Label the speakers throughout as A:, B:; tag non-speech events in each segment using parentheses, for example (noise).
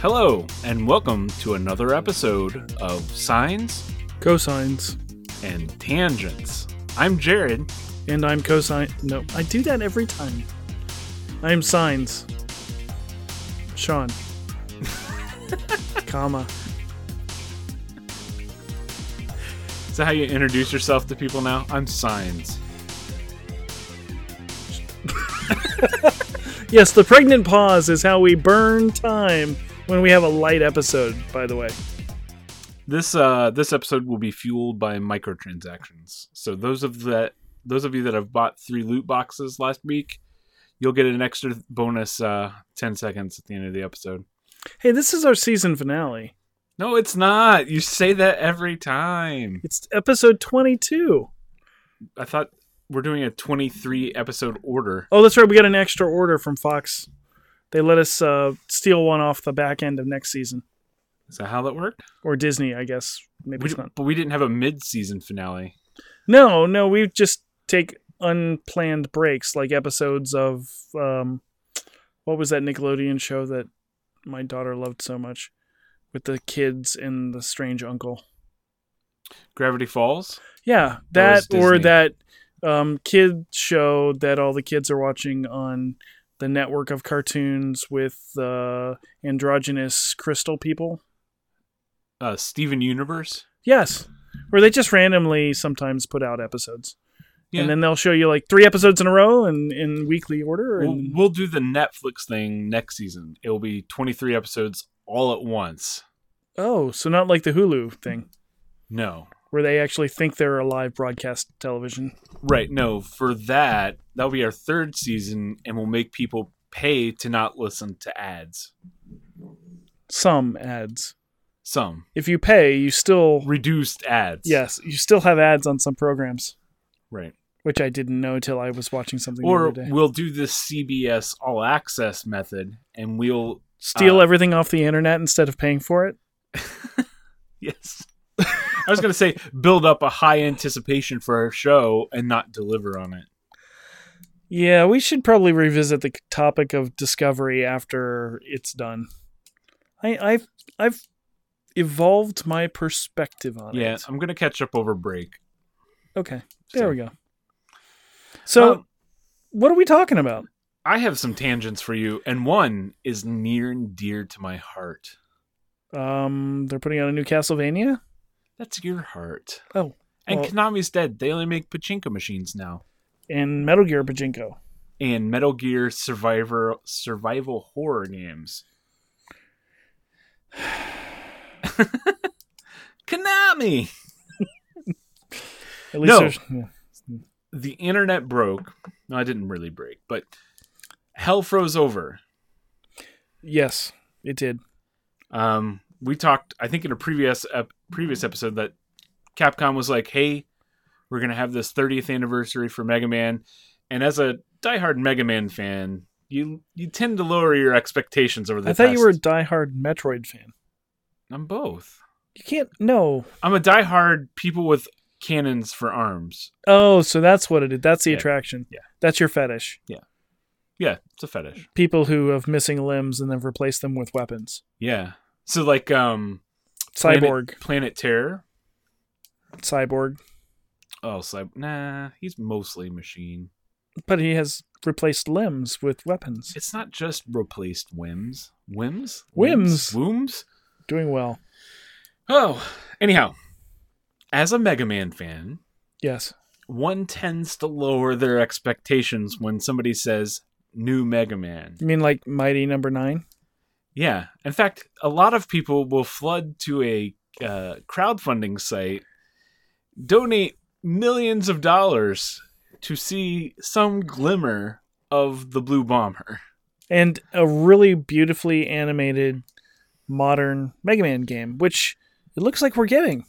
A: Hello, and welcome to another episode of Signs
B: Cosines.
A: and Tangents. I'm Jared.
B: And I'm cosine. No, I do that every time. I am sines. Sean. Comma.
A: Is that how you introduce yourself to people now? I'm Signs.
B: Yes, the pregnant pause is how we burn time when we have a light episode, by the way.
A: This uh this episode will be fueled by microtransactions. So those of that those of you that have bought three loot boxes last week, you'll get an extra bonus uh 10 seconds at the end of the episode.
B: Hey, this is our season finale.
A: No, it's not. You say that every time.
B: It's episode 22.
A: I thought we're doing a 23 episode order.
B: Oh, that's right. We got an extra order from Fox. They let us uh, steal one off the back end of next season.
A: Is that how that worked?
B: Or Disney, I guess. Maybe
A: We,
B: it's not.
A: but we didn't have a mid-season finale.
B: No, no, we just take unplanned breaks, like episodes of um, what was that Nickelodeon show that my daughter loved so much, with the kids and the strange uncle.
A: Gravity Falls.
B: Yeah,
A: That
B: that
A: was
B: or
A: Disney.
B: that um, kid show that all the kids are watching on the network of cartoons with uh, androgynous crystal people.
A: Uh, Steven Universe.
B: Yes, where they just randomly sometimes put out episodes.
A: Yeah.
B: And then they'll show you like three episodes in a row and in weekly order.
A: We'll,
B: And
A: we'll do the Netflix thing next season. It will be 23 episodes all at once.
B: Oh, so not like the Hulu thing
A: No,
B: where they actually think they're a live broadcast television.
A: right? No, for that that'll be our third season, and we'll make people pay to not listen to ads.
B: Some ads.
A: Some
B: If you pay, you still
A: reduced ads.
B: yes, you still have ads on some programs,
A: right.
B: which I didn't know till I was watching something
A: Or
B: the other day.
A: we'll do this CBS All Access method, and we'll
B: Steal
A: uh,
B: everything off the internet instead of paying for it.
A: (laughs) Yes. I was going to say build up a high anticipation for our show and not deliver on it.
B: Yeah, we should probably revisit the topic of discovery after it's done. I, I've I've evolved my perspective on
A: Yeah,
B: it.
A: I'm going to catch up over break.
B: Okay. There
A: So-
B: we go. So,
A: Um,
B: what are we talking about?
A: I have some tangents for you, and one is near and dear to my heart.
B: Um, they're putting out a new Castlevania.
A: That's your heart.
B: Oh,
A: And
B: well-
A: Konami's dead. They only make pachinko machines now.
B: and Metal Gear Pachinko.
A: And Metal Gear Survivor survival horror games. (sighs) Konami.
B: At
A: No.
B: there's- yeah.
A: the internet broke. No, I didn't really break, but hell froze over.
B: yes, it did.
A: Um, we talked, I think, in a previous ep- previous episode that Capcom was like, "Hey, we're gonna have this 30th anniversary for Mega Man," and as a diehard Mega Man fan, you you tend to lower your expectations over the.
B: I thought you were a
A: past-
B: diehard Metroid fan.
A: I'm both.
B: You can't. No.
A: I'm a diehard people with cannons for arms.
B: Oh, so that's what it is. That's the
A: Yeah.
B: attraction.
A: Yeah.
B: That's your fetish.
A: Yeah, it's a fetish.
B: People who have missing limbs and then replace them with weapons.
A: Yeah. So like um Planet-
B: Cyborg.
A: Planet Terror,
B: Cyborg.
A: Oh, so nah, he's mostly machine.
B: But he has replaced limbs with weapons.
A: It's not just replaced whims, whims,
B: Whims.
A: wombs.
B: Doing well.
A: Oh, anyhow, as a Mega Man fan,
B: Yes.
A: one tends to lower their expectations when somebody says new Mega Man.
B: You mean like Mighty Number Nine?
A: Yeah, in fact, a lot of people will flood to a uh, crowdfunding site, donate millions of dollars to see some glimmer of the Blue Bomber.
B: and a really beautifully animated modern Mega Man game, which it looks like we're getting.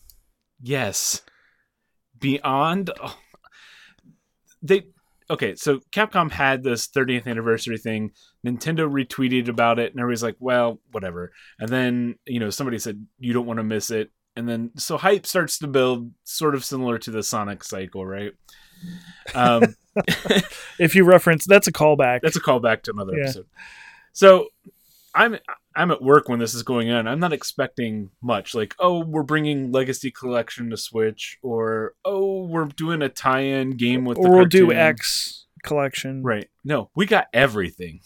A: Yes. Beyond oh, they okay, so Capcom had this 30th anniversary thing. Nintendo retweeted about it and everybody's like, "Well, whatever." And then, you know, somebody said, "You don't want to miss it." And then so hype starts to build sort of similar to the Sonic cycle, right? Um
B: If you reference, that's a callback.
A: that's a callback to another
B: Yeah.
A: episode. So, I'm I'm at work when this is going on. I'm not expecting much. Like, oh, we're bringing Legacy Collection to Switch, or oh, we're doing a tie-in game with.
B: or
A: the
B: we'll do
A: cartoon.
B: X collection.
A: Right. No, we got everything.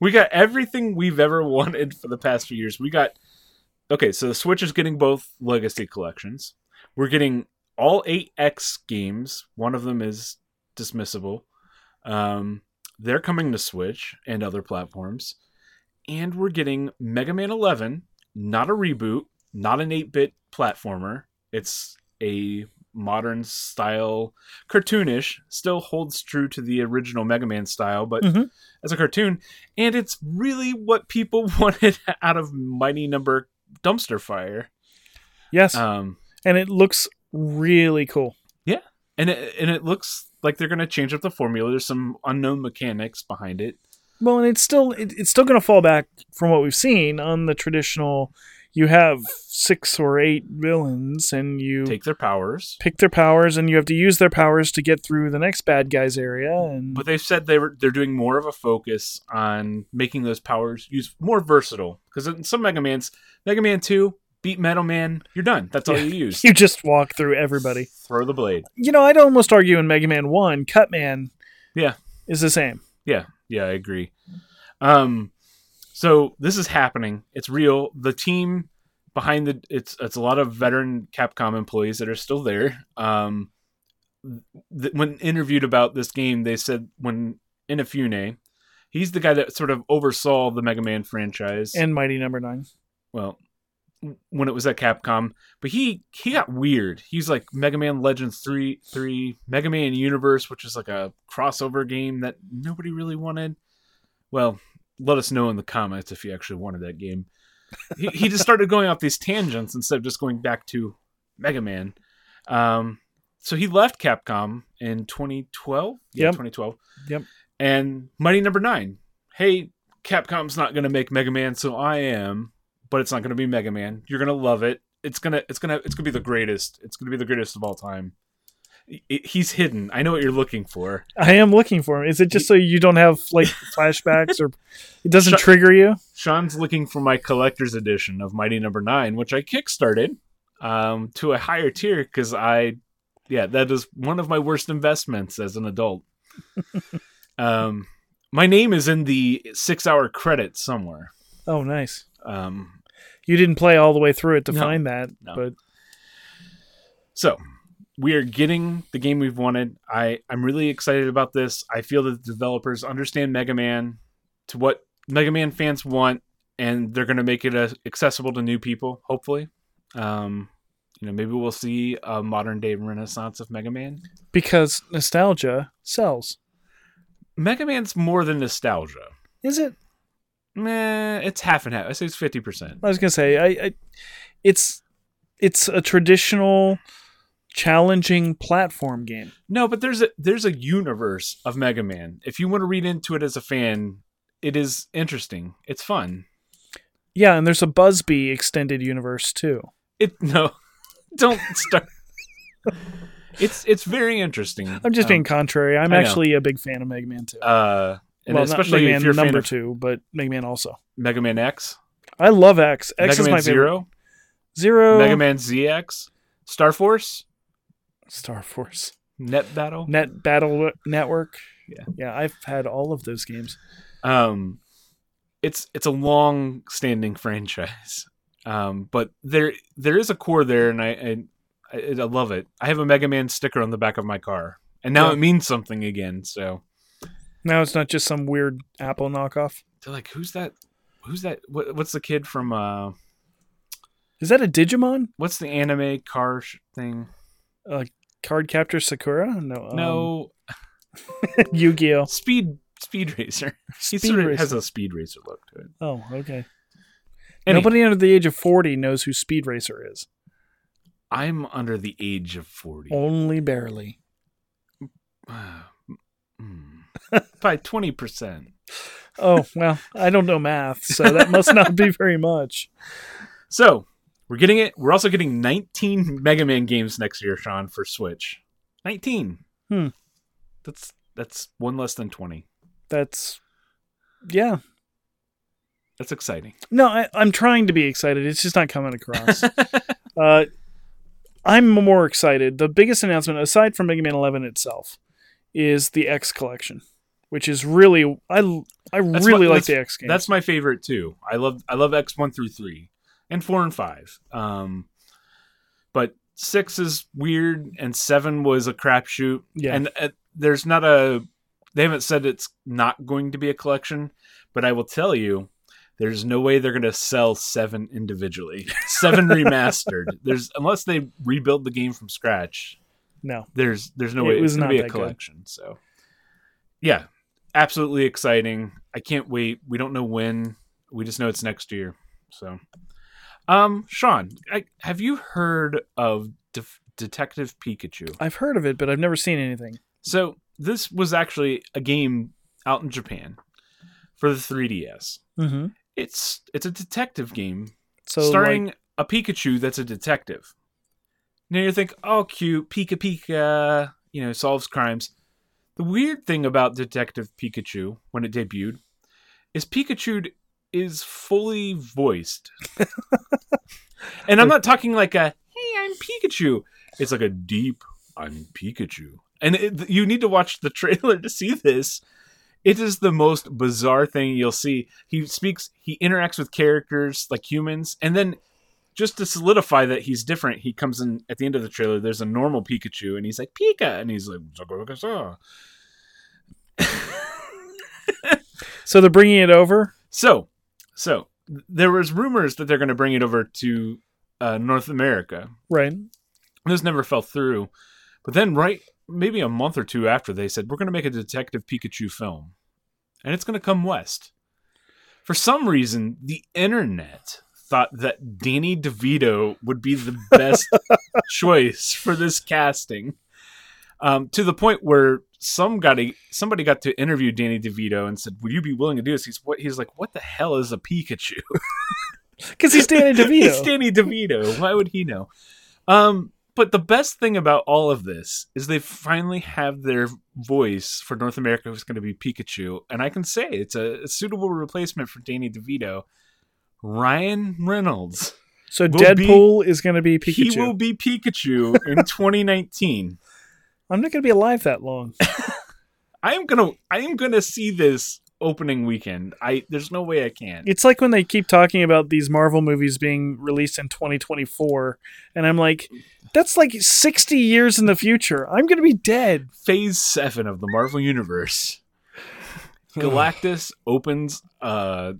A: We got everything we've ever wanted for the past few years. We got Okay, so the Switch is getting both legacy collections. We're getting all 8X games. One of them is dismissible. Um they're coming to Switch and other platforms. And we're getting Mega Man 11, not a reboot, not an 8-bit platformer. It's a modern style cartoonish still holds true to the original mega man style but
B: Mhm.
A: as a cartoon and it's really what people (laughs) wanted out of mighty number dumpster fire
B: Yes.
A: um
B: and it looks really cool.
A: and it, and it looks like they're going to change up the formula there's some unknown mechanics behind it
B: Well, and it's still it, it's still going to fall back from what we've seen on the traditional. You have six or eight villains, and you
A: take their powers
B: pick their powers, and you have to use their powers to get through the next bad guy's area. And
A: but they said they were they're doing more of a focus on making those powers use more versatile because in some mega man's mega man 2 beat metal man you're done that's all
B: Yeah.
A: you
B: (laughs)
A: use
B: (laughs) you just walk through everybody.
A: throw the blade
B: You know, I'd almost argue in Mega Man One, Cutman,
A: Yeah.
B: is the same.
A: Yeah, I agree. Um, so this is happening. It's real. The team behind the it's it's a lot of veteran Capcom employees that are still there. Um, th- when interviewed about this game, they said when Inafune, he's the guy that sort of oversaw the Mega Man franchise.
B: And Mighty Number Nine.
A: well, w- when it was at Capcom, but he he got weird. He's like Mega Man Legends three three Mega Man Universe, which is like a crossover game that nobody really wanted. Well, let us know in the comments if you actually wanted that game. He, he just started going off these tangents instead of just going back to Mega Man. Um, so he left Capcom in 2012. Yeah,
B: Yep.
A: 2012.
B: Yep.
A: And Mighty Number Nine. Hey, Capcom's not going to make Mega Man, so I am. But it's not going to be Mega Man. You're going to love it it's gonna it's gonna it's gonna be the greatest it's gonna be the greatest of all time I- I- he's hidden i know what you're looking for
B: I am looking for him. Is it just so you don't have
A: (laughs)
B: like flashbacks or it doesn't
A: Shut-
B: trigger you?
A: sean's looking for my collector's edition of mighty number nine which i kickstarted um, to a higher tier because i yeah that is one of my worst investments as an adult um, my name is in the six hour credit somewhere
B: Oh, nice.
A: um,
B: You didn't play all the way through it to
A: No.
B: find that,
A: No.
B: but
A: So we are getting the game we've wanted. I, I'm really excited about this. I feel that the developers understand Mega Man to what Mega Man fans want, and they're going to make it uh, accessible to new people, hopefully. Um, you know, maybe we'll see a modern day renaissance of Mega Man.
B: because nostalgia sells.
A: Mega Man's more than nostalgia.
B: Is it?
A: Meh, it's half and half. I say it's 50%.
B: I was gonna say I, I it's it's a traditional challenging platform game.
A: No, but there's a there's a universe of Mega Man. If you want to read into it as a fan, it is interesting. It's fun.
B: Yeah, and there's a Busby extended universe too.
A: It no, (laughs) don't start. it's it's very interesting.
B: I'm just
A: Um,
B: being contrary. I'm
A: I know.
B: actually a big fan of Mega Man 2.
A: uh, and
B: well, not
A: especially
B: Mega
A: if
B: Man
A: you're a fan
B: number
A: of
B: 2, but Mega Man also.
A: Mega Man X,
B: I love X. X
A: Mega
B: is
A: Man
B: my favorite. Oh.
A: Zero,
B: Zero.
A: Mega Man ZX, Star Force,
B: Star Force.
A: Net Battle.
B: Net Battle Network.
A: Yeah.
B: Yeah, I've had all of those games.
A: Um, it's it's a long-standing (laughs) franchise, um, but there there is a core there, and I and I, I love it. I have a Mega Man sticker on the back of my car, and now
B: Yeah.
A: it means something again. So.
B: Now it's not just some weird Apple knockoff.
A: They're like, who's that? Who's that? What, what's the kid from? Uh,
B: Is that a Digimon?
A: what's the anime car sh- thing?
B: Card Capture Sakura? No. um,
A: no,
B: (laughs) Yu-Gi-Oh.
A: Speed Speed Racer. (laughs) he
B: Speed
A: sort of
B: Racer.
A: has a Speed Racer look to it.
B: Oh, okay.
A: Anyway,
B: Nobody under the age of 40 knows who Speed Racer is.
A: I'm under the age of forty. (sighs)
B: Only barely.
A: Mm. By twenty percent.
B: Oh, well, I don't know math, so that must not be very much.
A: So we're getting it. We're also getting 19 Mega Man games next year, Sean, for Switch. 19.
B: Hmm.
A: That's that's one less than 20.
B: That's yeah,
A: That's exciting.
B: No, I, I'm trying to be excited. It's just not
A: (laughs)
B: coming across. uh, I'm more excited. The biggest announcement, aside from Mega Man 11 itself, is the X collection, which is really I I
A: That's
B: really
A: my-
B: like the X game.
A: That's my favorite too. I love I love X one through three and four and five. Um, but six is weird, and seven was a crapshoot.
B: Yeah.
A: and uh, there's not a. They haven't said it's not going to be a collection, but I will tell you, there's no way they're going to sell seven individually, seven remastered. There's unless they rebuild the game from scratch.
B: no,
A: There's there's no
B: It
A: way
B: was
A: it's going
B: not
A: to be a
B: that good.
A: collection. So, yeah, absolutely exciting. I can't wait. We don't know when. We just know it's next year. So, um, Sean, I, have you heard of Def Detective Pikachu?
B: I've heard of it, but I've never seen anything.
A: So this was actually a game out in Japan for the 3DS.
B: Mm-hmm.
A: It's it's a detective game
B: So
A: starring
B: like,
A: a Pikachu that's a detective. Now you think, oh, cute, Pika Pika, you know, solves crimes. The weird thing about Detective Pikachu when it debuted is Pikachu is fully voiced.
B: (laughs)
A: and I'm not talking like a, hey, I'm Pikachu. It's like a deep, I'm Pikachu. And it, you need to watch the (laughs) trailer to see this. It is the most bizarre thing you'll see. He speaks, he interacts with characters like humans, and then just to solidify that he's different, he comes in at the end of the trailer. There's a normal Pikachu, and he's like Pika, and he's like "Zagorakasa."
B: so they're bringing it over.
A: so. So there was rumors that they're going to bring it over to uh, North America.
B: Right.
A: This never fell through, but then right maybe a month or two after they said we're going to make a Detective Pikachu film, and it's going to come west. For some reason, the internet thought that Danny DeVito would be the best choice for this casting. Um, to the point where some got a, somebody got to interview Danny DeVito and said, "Would you be willing to do this?" He's what he's like, "What the hell is a Pikachu?"
B: Because he's
A: (laughs)
B: Danny DeVito.
A: It's Danny DeVito. Why would he know? Um, but the best thing about all of this is they finally have their voice for North America who's going to be Pikachu, and I can say it's a, a suitable replacement for Danny DeVito. Ryan Reynolds.
B: so
A: will
B: Deadpool is going to be Pikachu.
A: He will be Pikachu in
B: (laughs)
A: 2019.
B: I'm not going to be alive that long.
A: I am gonna I am gonna see this opening weekend. I there's no way I can.
B: It's like when they keep talking about these Marvel movies being released in 2024, and I'm like, that's like 60 years in the future. I'm going to be dead.
A: phase seven of the Marvel Universe, Galactus opens a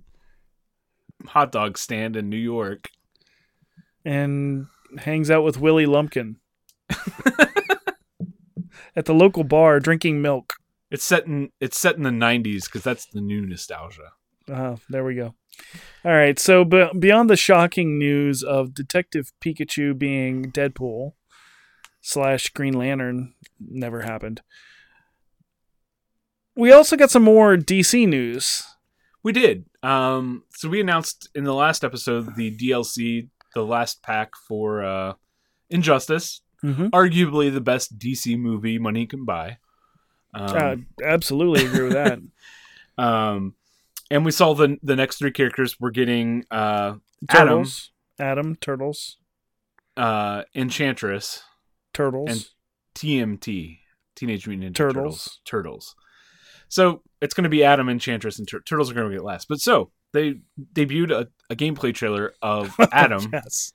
A: hot dog stand in New York.
B: and hangs out with
A: (laughs)
B: Willie Lumpkin at the local bar drinking milk.
A: It's set in it's set in the '90s because that's the new nostalgia.
B: Ah, there we go. All right. So, be- beyond the shocking news of Detective Pikachu being Deadpool slash Green Lantern, never happened. We also got some more DC news.
A: We did. Um, so we announced in the last episode the DLC, the last pack for uh, Injustice,
B: Mm-hmm.
A: arguably the best DC movie money can buy. Um,
B: Uh, absolutely agree with that.
A: um, and we saw the the next three characters. We're getting uh, (laughs) Adam,
B: Turtles, Adam, Turtles,
A: uh, Enchantress,
B: Turtles.
A: And TMT, Teenage Mutant Ninja
B: Turtles.
A: Turtles. Turtles. So it's going to be Adam, Enchantress, and Tur- Turtles are going to get last. But so they debuted a, a gameplay trailer of Adam,
B: yes.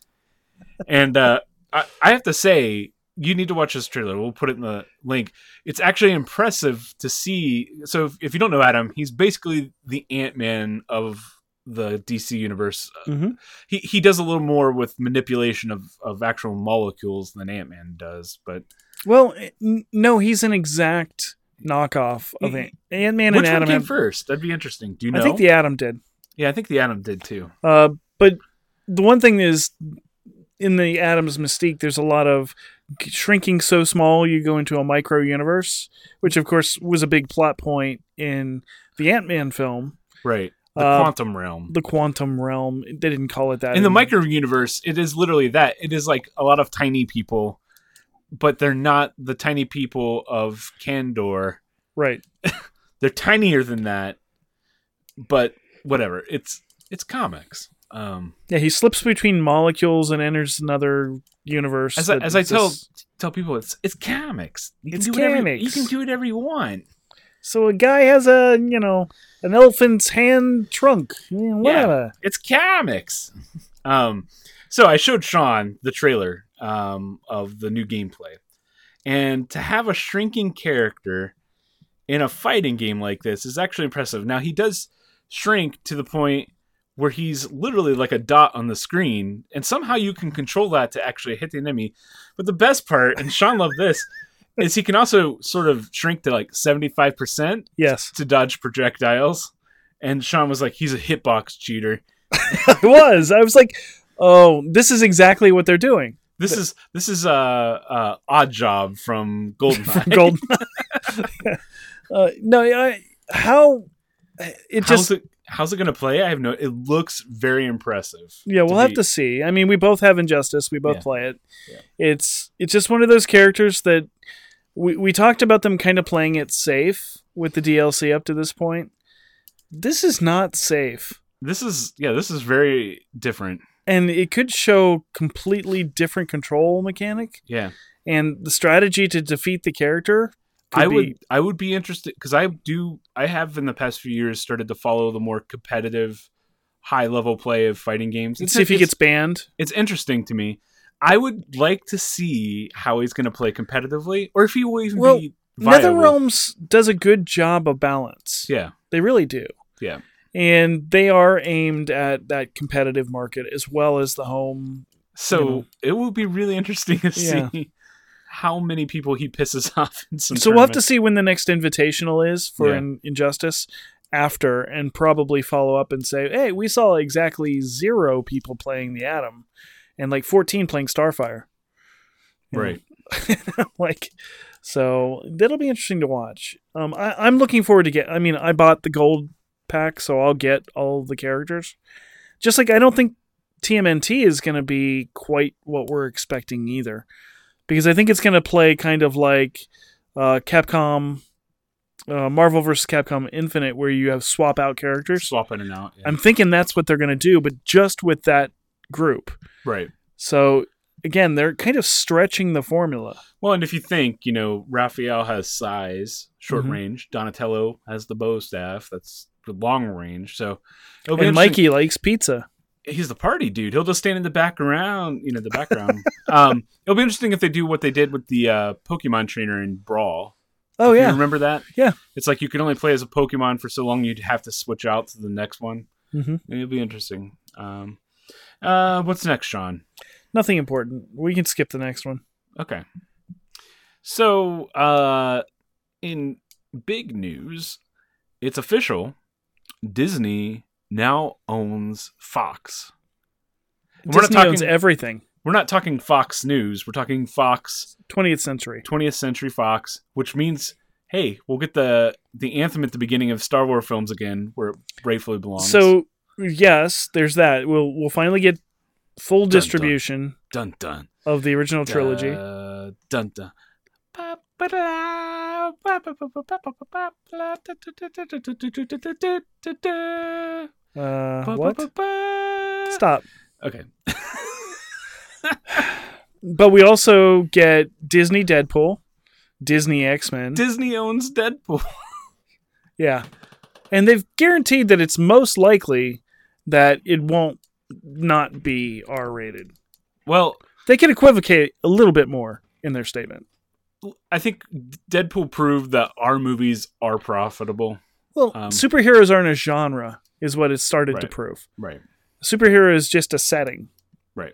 A: and uh, I, I have to say, you need to watch this trailer. We'll put it in the link. It's actually impressive to see. So if, if you don't know Adam, he's basically the Ant Man of the DC universe. Uh,
B: Mhm.
A: He he does a little more with manipulation of of actual molecules than Ant Man does, but
B: Well, eh, n- no, he's an exact knockoff of
A: Y-
B: Ant Ant Man
A: Which
B: and Adam.
A: one came
B: have-
A: first? That'd be interesting. Do you know?
B: I think the Atom did.
A: yeah, I think the Atom did too.
B: Uh, but the one thing is, in the Atom's mystique, there's a lot of g- shrinking so small you go into a micro universe, which of course was a big plot point in the Ant Man film,
A: Right. The
B: Uh,
A: quantum realm.
B: the Quantum Realm. They didn't call it that
A: In the micro universe, it is literally that. It is like a lot of tiny people, but they're not the tiny people of Kandor.
B: right?
A: They're tinier than that, but whatever. It's it's comics. Um,
B: Yeah, he slips between molecules and enters another universe.
A: as I,
B: that
A: as I
B: is
A: tell
B: this-
A: tell people, it's it's comics. You
B: It's
A: do whatever- you
B: comics.
A: can do whatever you want.
B: so a guy has a you know an elephant's hand trunk, eh, whatever.
A: it's comics. Um, so I showed Sean the trailer um, of the new gameplay, and to have a shrinking character in a fighting game like this is actually impressive. Now he does shrink to the point where he's literally like a dot on the screen, and somehow you can control that to actually hit the enemy. But the best part, and Sean loved this, (laughs) is he can also sort of shrink to like seventy five percent
B: Yes, (laughs)
A: to dodge projectiles. And Sean was like, he's a hitbox cheater.
B: it was. I was like, oh, this is exactly what they're doing.
A: This is this is a, a odd job from
B: (laughs)
A: Goldeneye.
B: Gold. uh, no, I, how it
A: how's
B: just
A: it, how's it going to play? I have no. It looks very impressive.
B: yeah, we'll have
A: be-
B: to see. I mean, we both have Injustice. We both
A: Yeah.
B: play it.
A: Yeah.
B: It's it's just one of those characters that we we talked about them kind of playing it safe with the DLC up to this point. This is not safe,
A: This is yeah. This is very different.
B: and it could show completely different control mechanic
A: Yeah,
B: and the strategy to defeat the character. could
A: I
B: be-
A: would I would be interested because I do I have in the past few years started to follow the more competitive, high level play of fighting games.
B: see if he gets banned.
A: it's interesting to me. I would like to see how he's going to play competitively, or if he will even
B: Well,
A: be viable.
B: NetherRealms does a good job of balance.
A: Yeah,
B: They really do.
A: Yeah.
B: And they are aimed at that competitive market as well as the home.
A: so
B: You know.
A: it will be really interesting to
B: Yeah.
A: see how many people he pisses (laughs) off in some.
B: so we'll have to
A: tournament.
B: see when the next invitational is for
A: Yeah.
B: in- Injustice after and probably follow up and say, hey, we saw exactly zero people playing the Atom and like 14 playing Starfire. You know,
A: right.
B: (laughs) like, so that'll be interesting to watch. Um, I, I'm looking forward to get. I mean, I bought the gold pack, so I'll get all the characters. Just like I don't think TMNT is going to be quite what we're expecting either, because I think it's going to play kind of like uh, Capcom, uh, Marvel vs. Capcom Infinite, where you have swap out characters.
A: Swap in and out. yeah.
B: I'm thinking that's what they're going to do, but just with that group.
A: right.
B: So again, they're kind of stretching the formula.
A: Well, and if you think, you know, Raphael has size, short
B: Mhm.
A: range. Donatello has the bow staff. That's the long range. So it'll be
B: And
A: interesting-
B: Mikey likes pizza.
A: he's the party dude. He'll just stand in the background, you know, the background. (laughs) um, it'll be interesting if they do what they did with the uh, Pokemon trainer in Brawl.
B: Oh
A: If you
B: yeah,
A: remember that?
B: Yeah.
A: It's like you can only play as a Pokemon for so long. You'd have to switch out to the next one.
B: hmm
A: It'll be interesting. Um, uh, what's next, Sean?
B: nothing important. We can skip the next one.
A: Okay. So, uh, in big news, it's official. Disney now owns Fox. And
B: Disney
A: we're not
B: owns
A: talking
B: everything.
A: we're not talking Fox News. We're talking Fox
B: 20th century.
A: 20th Century Fox, which means hey, we'll get the the anthem at the beginning of Star Wars films again, where it rightfully belongs.
B: So yes, there's that. We'll we'll finally get full
A: dun.
B: distribution
A: dun dun
B: of the original trilogy.
A: Uh, dun dun.
B: Uh, what? Stop.
A: Okay.
B: But we also get Disney Deadpool, Disney X Men.
A: Disney owns Deadpool. (laughs)
B: yeah, and they've guaranteed that it's most likely that it won't not be R rated.
A: Well,
B: They can equivocate a little bit more in their statement.
A: I think Deadpool proved that our movies are profitable.
B: Well,
A: Um,
B: superheroes aren't a genre, is what it started to
A: Right.
B: prove.
A: Right.
B: Superhero is just a setting,
A: Right.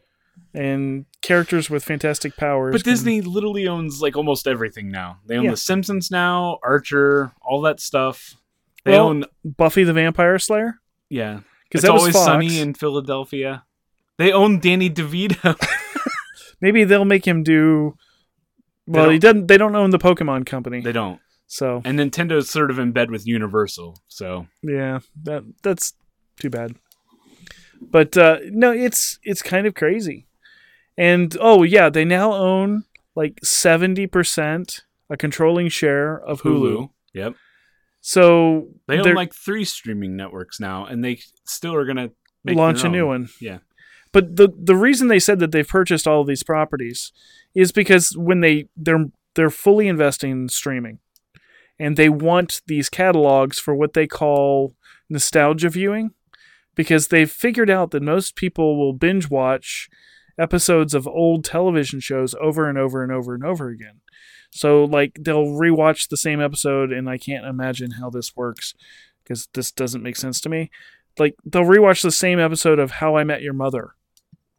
B: And characters with fantastic powers.
A: But
B: can-
A: Disney literally owns like almost everything now. They own
B: Yeah.
A: The Simpsons now, Archer, all that stuff. They
B: Well-
A: own
B: Buffy the Vampire Slayer,
A: yeah.
B: because
A: It's
B: that was
A: always
B: Fox.
A: sunny in Philadelphia. They own Danny DeVito.
B: Maybe they'll make him do.
A: They
B: Well, he doesn't. They don't own the Pokemon company,
A: they don't.
B: so
A: And Nintendo's sort of in bed with Universal. So
B: yeah, that that's too bad. But uh, no, it's it's kind of crazy, and oh yeah, they now own like seventy percent, a controlling share of Hulu.
A: Yep.
B: So
A: They own
B: they're-
A: like three streaming networks now, and they still are gonna Make
B: launch
A: their
B: a new
A: own.
B: one.
A: Yeah.
B: But the the reason they said that they've purchased all of these properties is because when they they're they're fully investing in streaming, and they want these catalogs for what they call nostalgia viewing, because they've figured out that most people will binge watch episodes of old television shows over and over and over and over again. So like they'll rewatch the same episode, and I can't imagine how this works because this doesn't make sense to me like they'll rewatch the same episode of How I Met Your Mother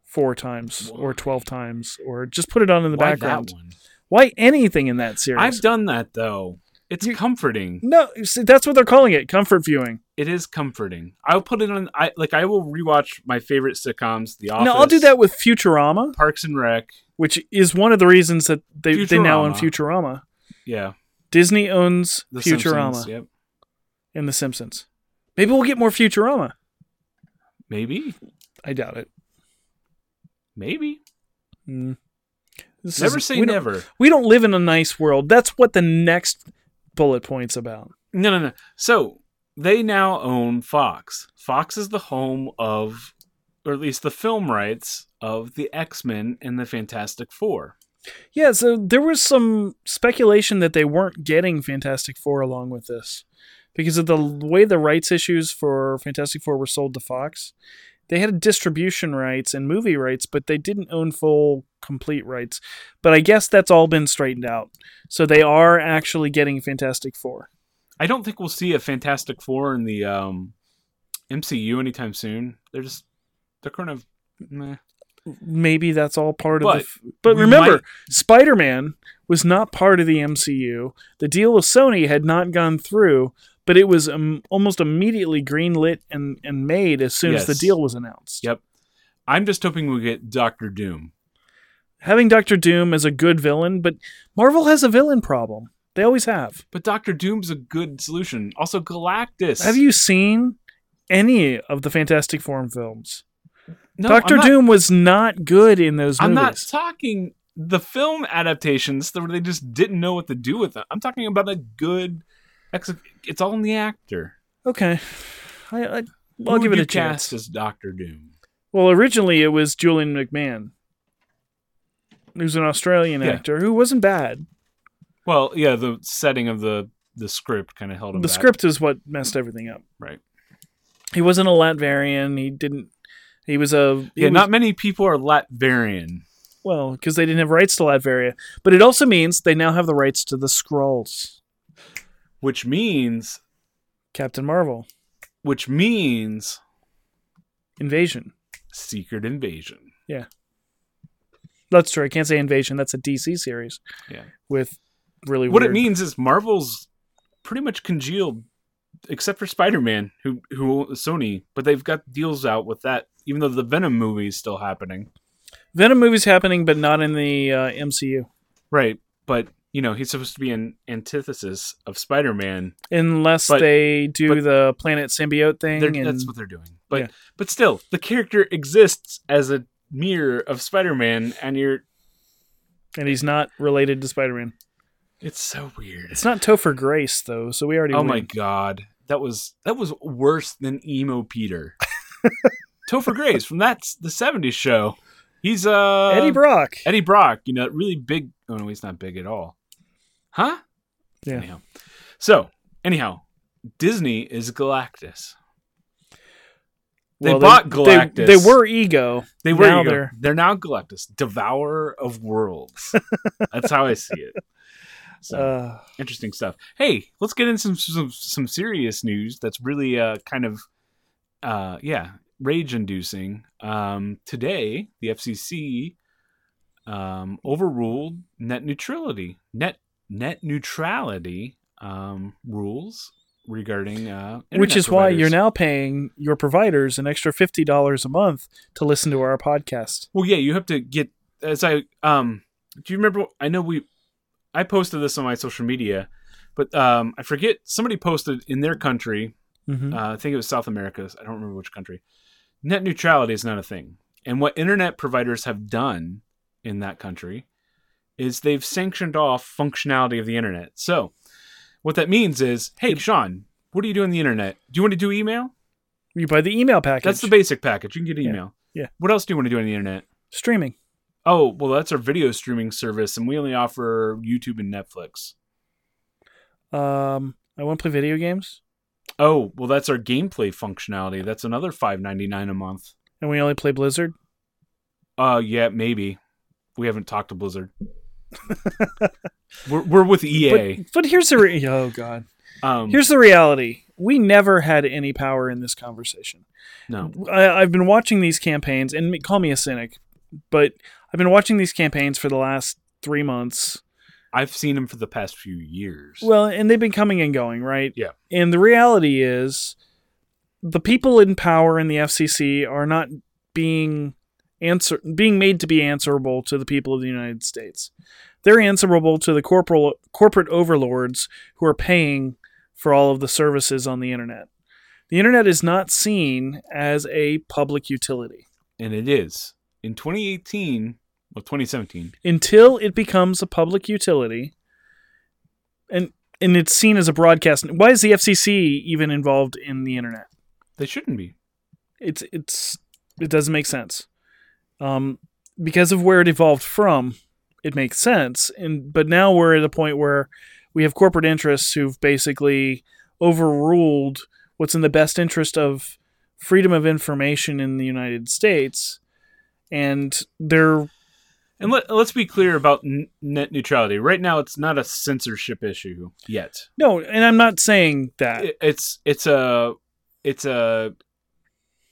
B: four times or twelve times or just put it on in the
A: Why
B: background.
A: That one?
B: Why anything in that series?
A: I've done that though. It's
B: You-
A: comforting.
B: no, see, that's what they're calling it, comfort viewing.
A: It is comforting. I'll put it on. I like. I will rewatch my favorite sitcoms. The Office.
B: No, I'll do that with Futurama,
A: Parks and Rec.
B: which is one of the reasons that they, they now own
A: Futurama.
B: Futurama.
A: Yeah.
B: Disney owns
A: The
B: Futurama
A: Simpsons, Yep.
B: and The Simpsons. Maybe we'll get more Futurama.
A: Maybe.
B: I doubt it.
A: Maybe.
B: Mm. This
A: Never
B: is-
A: say
B: we don't-
A: never.
B: we don't live in a nice world. That's what the next bullet point's about.
A: No, no, no. So they now own Fox. Fox is the home of, or at least the film rights of the X Men and the Fantastic Four.
B: Yeah, so there was some speculation that they weren't getting Fantastic Four along with this because of the l- way the rights issues for Fantastic Four were sold to Fox. They had distribution rights and movie rights, but they didn't own full complete rights. But I guess that's all been straightened out. So they are actually getting Fantastic Four.
A: I don't think we'll see a Fantastic Four in the um, MCU anytime soon. They're just they're kind of. Meh.
B: Maybe that's all part
A: But
B: of the. F- but
A: we
B: remember,
A: might-
B: Spider Man was not part of the MCU. The deal with Sony had not gone through, but it was um, almost immediately greenlit and, and made as soon as the
A: Yes.
B: deal was announced.
A: Yep. I'm just hoping we get Doctor Doom.
B: Having Doctor Doom as a good villain, but Marvel has a villain problem. They always have.
A: But Doctor Doom's a good solution. Also, Galactus.
B: Have you seen any of the Fantastic Four films?
A: No,
B: Doctor
A: I'm not-
B: Doom was not good in those
A: I'm not
B: movies.
A: talking the film adaptations that where they just didn't know what to do with them. I'm talking about a good. Ex- it's all in the actor.
B: okay. I, I, I'll
A: Who
B: give
A: would
B: it
A: you
B: a chance.
A: cast as Doctor Doom.
B: Well, originally it was Julian McMahon, who's an Australian
A: Yeah.
B: actor who wasn't bad.
A: Well, yeah, the setting of the the script kind of held him.
B: The
A: back.
B: script is what messed everything up.
A: right?
B: He wasn't a Latvian. He didn't. He was a he
A: Yeah,
B: was-
A: not many people are Latvian.
B: well because they didn't have rights to Latveria. But it also means they now have the rights to the Skrulls,
A: which means
B: Captain Marvel,
A: which means
B: Invasion.
A: Secret Invasion.
B: That's true. I can't say Invasion. That's a DC series.
A: Yeah.
B: With really
A: What
B: weird-
A: it means is Marvel's pretty much congealed, except for Spider Man, who who owns Sony, but they've got deals out with that. Even though the Venom movie is still happening,
B: Venom movies happening, but not in the uh, MCU.
A: right? But you know he's supposed to be an antithesis of Spider Man.
B: Unless
A: But-
B: they do
A: but-
B: the planet symbiote thing, and
A: That's what they're doing. But
B: Yeah.
A: but still, the character exists as a mirror of Spider Man, and you're
B: and he's not related to Spider-Man.
A: it's so weird.
B: It's not Topher Grace though, so we already.
A: Oh
B: win.
A: my god, that was that was worse than emo Peter. (laughs) Topher Grace from that's the '70s show. He's uh
B: Eddie Brock.
A: Eddie Brock, you know, that really big. Oh no, he's not big at all. Huh?
B: Yeah.
A: Anyhow, so anyhow, Disney is Galactus. They
B: Well,
A: bought Galactus.
B: They, they were Ego.
A: They were.
B: now
A: ego.
B: they're-
A: They're, now Galactus, devourer of
B: (laughs)
A: worlds. that's how I see it. So.
B: Uh,
A: interesting stuff. Hey, let's get in some some, some serious news that's really uh, kind of uh, yeah rage inducing. Um, today, the FCC um, overruled net neutrality net net neutrality um, rules regarding uh, internet
B: which is why you're
A: providers.
B: now paying your providers an extra fifty dollars a month to listen to our podcast.
A: Well, yeah, you have to get as I um. Do you remember? I know we, I posted this on my social media, but um, I forget somebody posted in their country
B: Mhm.
A: Uh, I think it was South America. I don't remember which country. Net neutrality is not a thing. And what internet providers have done in that country is they've sanctioned off functionality of the internet. So what that means is, hey, Sean, what do you do on the internet? Do you want to do email?
B: You buy the email package.
A: That's the basic package. You can get
B: Yeah.
A: email.
B: Yeah.
A: What else do you want to do on the internet?
B: streaming.
A: Oh, well, that's our video streaming service, and we only offer YouTube and Netflix.
B: Um, I want to play video games,
A: Oh, well, that's our gameplay functionality. That's another five ninety nine a month.
B: and we only play Blizzard.
A: Uh, yeah, maybe. We haven't talked to Blizzard. we're, we're with EA.
B: But, but here's the re- (laughs) oh god.
A: um,
B: Here's the reality. We never had any power in this conversation.
A: no.
B: I, I've been watching these campaigns, and m- call me a cynic, but I've been watching these campaigns for the last three months.
A: I've seen him for the past few years.
B: Well, and they've been coming and going, right?
A: Yeah.
B: And the reality is, the people in power in the FCC are not being answer being made to be answerable to the people of the United States. They're answerable to the corporal corporate overlords who are paying for all of the services on the internet. The internet is not seen as a public utility.
A: and it is in 2018 well 2017
B: until it becomes a public utility and and it's seen as a broadcast why is the FCC even involved in the internet
A: they shouldn't be
B: it's it's it doesn't make sense um because of where it evolved from it makes sense and but now we're at a point where we have corporate interests who've basically overruled what's in the best interest of freedom of information in the United States and they're Mm.
A: and let, let's be clear about n- net neutrality right now it's not a censorship issue yet
B: no and I'm not saying that
A: It- it's it's a it's a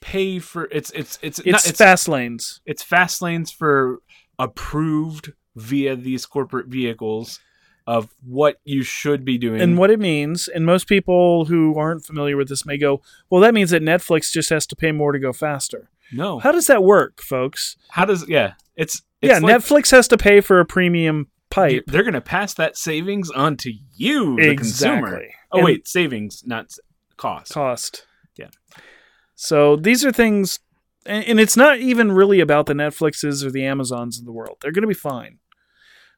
A: pay for it's it's it's not-
B: it's,
A: it's,
B: fast lanes.
A: it's fast lanes for approved via these corporate vehicles of what you should be doing
B: And what it means, and most people who aren't familiar with this may go, well, that means that Netflix just has to pay more to go faster.
A: no how,
B: How does that work, folks?
A: does yeah it's, Oh. it's
B: yeah,
A: like
B: Netflix has to pay for a premium
A: you-
B: pipe.
A: they're gonna pass that savings on to you the consumer Oh
B: And
A: wait, savings, not s- cost.
B: Cost.
A: Yeah.
B: So these are things, and, and it's not even really about the Netflixes or the Amazons of the world. They're going to be fine.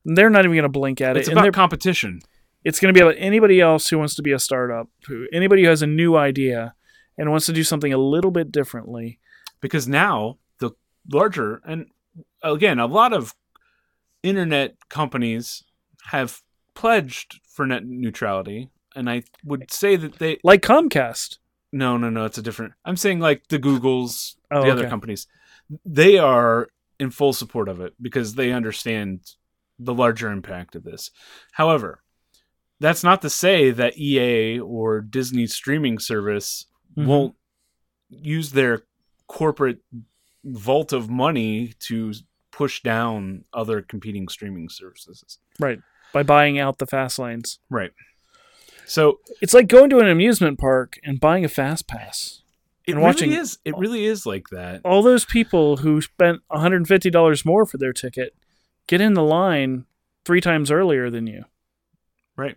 B: They're not even going to blink at it.
A: it's
B: and they're
A: about competition.
B: it's going to be about anybody else who wants to be a startup, who anybody who has a new idea and wants to do something a little bit differently.
A: because now the larger and again a lot of internet companies have pledged for net neutrality and i would say that they
B: Like Comcast.
A: no no no it's a different i'm saying like the googles
B: Oh,
A: the other
B: okay.
A: companies they are in full support of it because they understand the larger impact of this however that's not to say that ea or disney streaming service
B: Mhm.
A: won't use their corporate vault of money to push down other competing streaming services.
B: Right. By buying out the fast lanes.
A: Right. So
B: It's like going to an amusement park and buying a fast pass.
A: it
B: And
A: really
B: watching-
A: is it really is like that.
B: All those people who spent $150 more for their ticket get in the line three times earlier than you.
A: Right.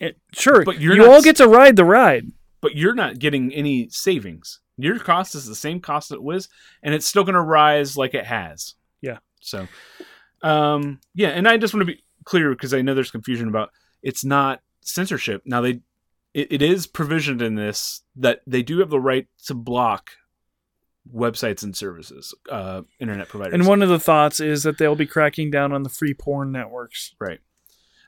B: It, sure.
A: But
B: But
A: you're
B: you
A: not
B: all
A: s-
B: get to ride the ride.
A: But you're not getting any savings. Your cost is the same cost it was and it's still going to rise like it has.
B: Yeah.
A: So um yeah, and I just want to be clear because I know there's confusion about it's not censorship. Now they it, it is provisioned in this that they do have the right to block websites and services, uh, internet providers.
B: And one of the thoughts is that they'll be cracking down on the free porn networks.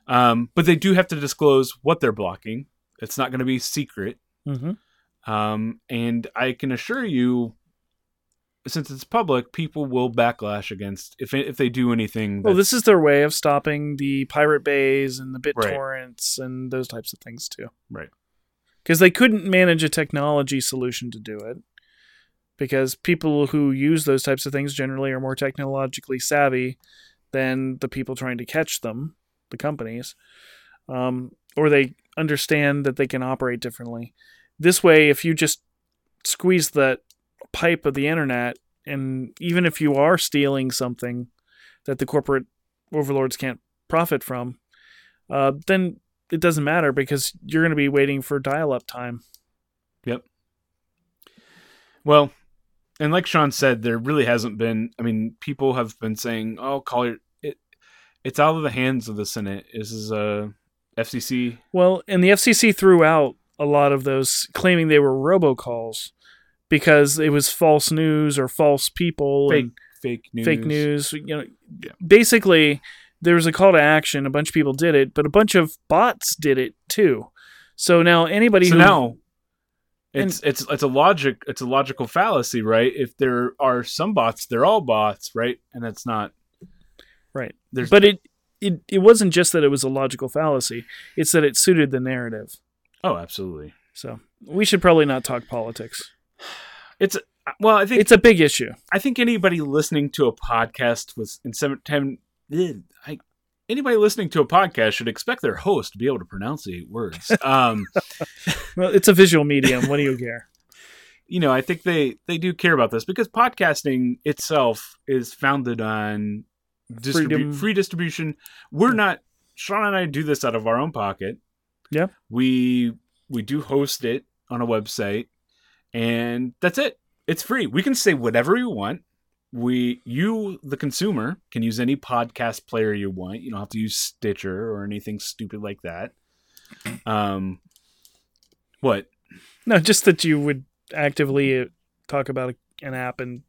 A: um, but they do have to disclose what they're blocking. It's not going to be secret.
B: Mm-hmm.
A: Um, and I can assure you, since it's public, people will backlash against if if they do anything.
B: Well,
A: that's-
B: this is their way of stopping the pirate bays and the
A: Right.
B: BitTorrents and those types of things too.
A: Right.
B: Because they couldn't manage a technology solution to do it. Because people who use those types of things generally are more technologically savvy than the people trying to catch them, the companies, um, or they understand that they can operate differently. This way, if you just squeeze that pipe of the internet, and even if you are stealing something that the corporate overlords can't profit from, uh, then it doesn't matter because you're going to be waiting for dial-up time.
A: Well, and like Sean said, there really hasn't been. I mean, people have been saying, "Oh, call it." it it's out of the hands of the Senate. This is a FCC.
B: Well, and the FCC threw out a lot of those claiming they were robocalls because it was false news or false people
A: Fake
B: and
A: fake news.
B: fake news. You know,
A: Yeah.
B: basically there was a call to action. A bunch of people did it, but a bunch of bots did it too. So now anybody
A: So
B: who
A: now it's it's it's a logic it's a logical fallacy, right? If there are some bots, they're all bots, right? And that's not
B: Right.
A: There's
B: but it, it it wasn't just that it was a logical fallacy. It's that it suited the narrative.
A: oh, absolutely.
B: So we should probably not talk politics.
A: Well, I think
B: It's a big issue.
A: I think anybody listening to a podcast was in some time. ugh, I, anybody listening to a podcast should expect their host to be able to pronunciate words. Um,
B: Well, it's a visual medium. What do you care? (laughs)
A: you know, I think they they do care about this because podcasting itself is founded on distribu-
B: Freedom.
A: free distribution. We're
B: Yeah.
A: not Sean and I do this out of our own pocket.
B: Yeah.
A: we we do host it on a website, and that's it. It's free. We can say whatever we want. We you the consumer can use any podcast player you want. You don't have to use Stitcher or anything stupid like that. Um, what?
B: No, just that you would actively uh, talk about an app and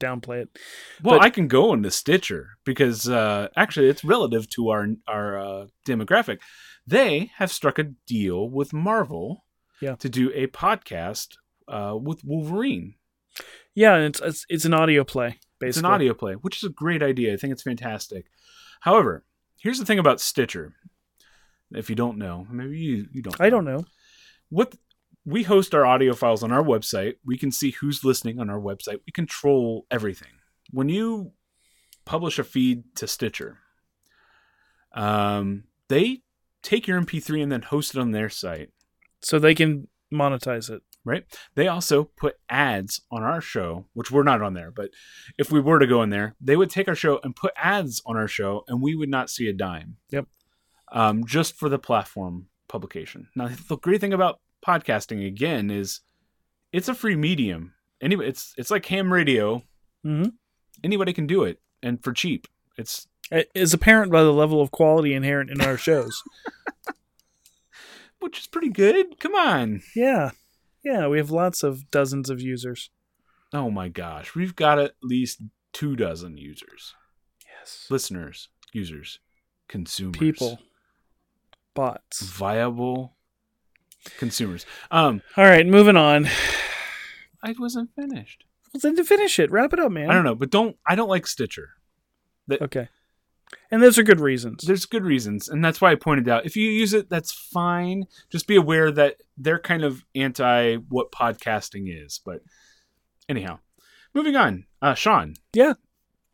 B: downplay it.
A: Well,
B: But-
A: I can go into Stitcher because uh, actually it's relative to our our uh, demographic. They have struck a deal with Marvel
B: Yeah.
A: to do a podcast uh, with Wolverine.
B: Yeah, and it's it's, it's an audio play. Basically,
A: It's an audio play, which is a great idea. I think it's fantastic. However, here's the thing about Stitcher. If you don't know, maybe you, you don't.
B: I don't know.
A: what we host our audio files on our website. We can see who's listening on our website. We control everything. When you publish a feed to Stitcher, um, they take your MP3 and then host it on their site.
B: So they can monetize it.
A: They also put ads on our show, which we're not on there, but if we were to go in there, they would take our show and put ads on our show, and we would not see a dime.
B: Yep.
A: Um, just for the platform publication. Now, the great thing about podcasting again is it's a free medium. Anyway, it's it's like ham radio.
B: Mm-hmm.
A: Anybody can do it, and for cheap. It's
B: Is apparent by the level of quality inherent in our
A: (laughs)
B: shows.
A: which is pretty good. Come on.
B: yeah, yeah, we have lots of dozens of users.
A: Oh my gosh, we've got at least two dozen users,
B: Yes,
A: listeners, users, consumers,
B: people, bots.
A: viable consumers. Um,
B: All right, moving on.
A: I wasn't finished.
B: Well, then to finish it, wrap it up, man.
A: I don't know, but don't I don't like Stitcher.
B: Okay. And those are good reasons.
A: There's good reasons, and that's why I pointed out. If you use it, that's fine. Just be aware that they're kind of anti what podcasting is. But anyhow, moving on. Uh, Sean.
B: Yeah.